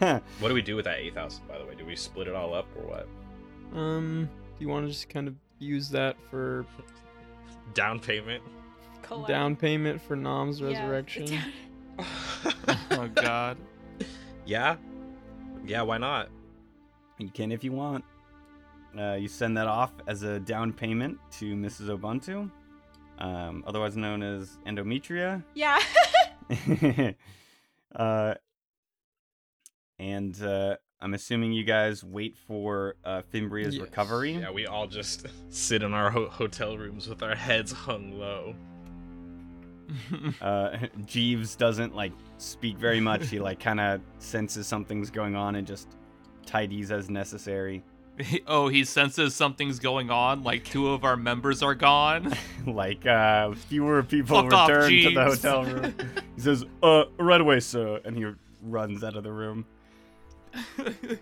that.
What do we do with that eight thousand? By the way, do we split it all up or what?
Um, do you want to just kind of use that for
Down payment.
Collect.
down payment for Nam's
Yeah,
resurrection?
down-
Oh God.
yeah. Yeah. Why not?
you can if you want. Uh, you send that off as a down payment to Mrs. Ubuntu, um, otherwise known as Endometria.
Yeah.
uh, and uh, I'm assuming you guys wait for uh, Fimbria's
Yes.
recovery.
Yeah, we all just sit in our ho- hotel rooms with our heads hung low.
uh, Jeeves doesn't like speak very much. He like kind of senses something's going on and just tidies as necessary.
oh, he senses something's going on. Like two of our members are gone.
like uh, fewer people
Fuck off,
return to the
Jeeves.
hotel room. he says, "Uh, right away, sir," and he runs out of the room.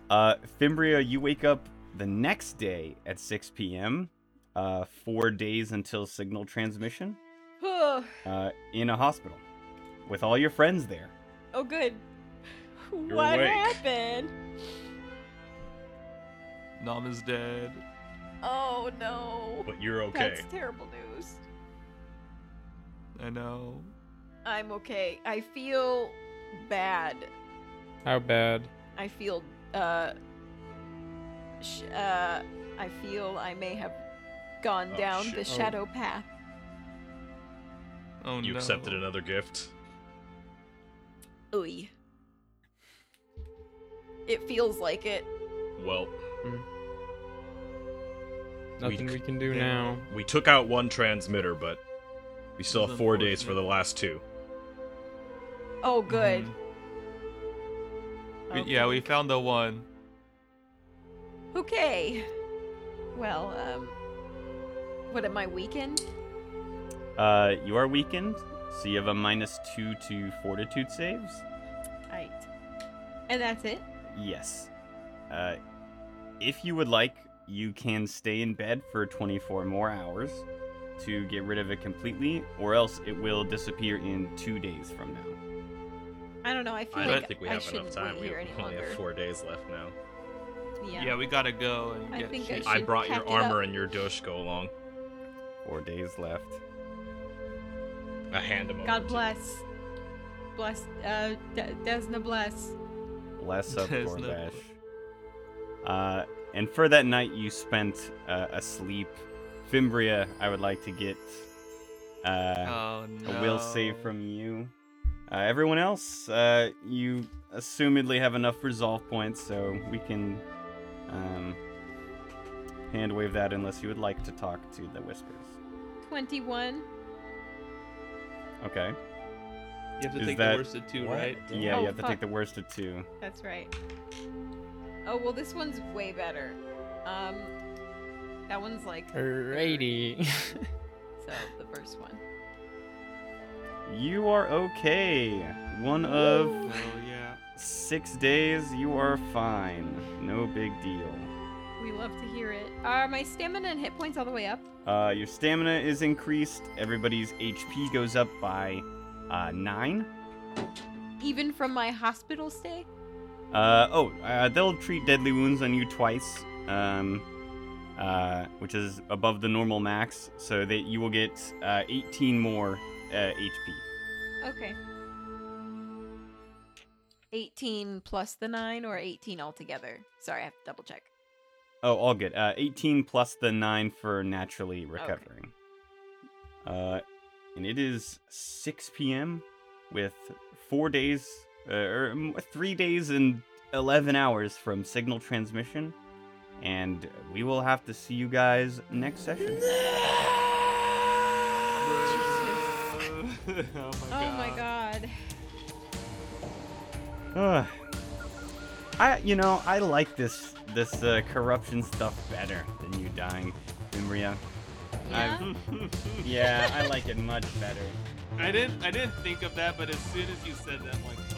uh, Fimbria, you wake up the next day at 6 p.m., uh, four days until signal transmission,
oh,
uh, in a hospital with all your friends there.
oh, good. what
awake.
happened?
Nom is dead.
Oh no.
But you're okay.
That's terrible news.
I know.
I'm okay. I feel bad.
How bad?
I feel uh sh- uh I feel I may have gone
Oh,
down
shit.
the
Oh.
shadow path.
Oh
Oh,
You
no.
accepted another gift.
Ooh. It feels like it.
Well,
Nothing we,
c-
can do now.
we took out one transmitter, but we still
That's
have four days for
unfortunate.
the last two.
Oh
Mm-hmm.
good.
We- Yeah, we found the one.
Okay. Well, um what am I weakened?
Uh, you are weakened, so you have a minus two to fortitude saves.
Right. And that's it?
Yes. Uh, if you would like, you can stay in bed for 24 more hours to get rid of it completely, or else it will disappear in two days from now.
I don't know. I feel
I
like
don't think we have enough
shouldn't
time.
wait
We
here any
only
longer.
have four days left now.
Yeah.
Yeah, we gotta go and
I
get
think I
shit.
should-
I brought your
pack it up.
armor and your dosh go along.
Four days left.
I hand him over.
God
to-
bless. Bless. Uh, De- Desna bless.
Less up,
There's no-
Gorbash. Uh, and for that night, you spent uh, asleep. Fimbria, I would like to get uh,
Oh no.
a will save from you. Uh, everyone else, uh, you assumedly have enough resolve points, so we can um, hand wave that unless you would like to talk to the whispers.
21.
Okay.
You have
to Is take the that-
worst of two,
What? right?
Yeah,
Oh,
you have to
fuck.
take the worst of two.
That's right. Oh, well, this one's way better. Um, that one's like.
Alrighty.
So, the first one.
You are okay. One of
Oh yeah.
six days, you are fine. No big deal.
We love to hear it. Are my stamina and hit points all the way up?
Uh, your stamina is increased. Everybody's HP goes up by uh, nine.
Even from my hospital stay?
Uh, oh, uh, they'll treat deadly wounds on you twice, um, uh, which is above the normal max, so that you will get uh, 18 more uh, HP.
Okay. 18 plus the 9 or 18 altogether? Sorry, I have to double check.
Oh, all good. Uh, 18 plus the 9 for naturally recovering. Uh, and it is 6 p.m. with 4 days, uh, or m- 3 days and 11 hours from signal transmission. And we will have to see you guys next session.
Oh my god.
Ugh. I, you know, I like this this uh, corruption stuff better than you dying, Imria.
Yeah?
Yeah, I like it much better.
I didn't. I didn't think of that, but as soon as you said that, I'm like,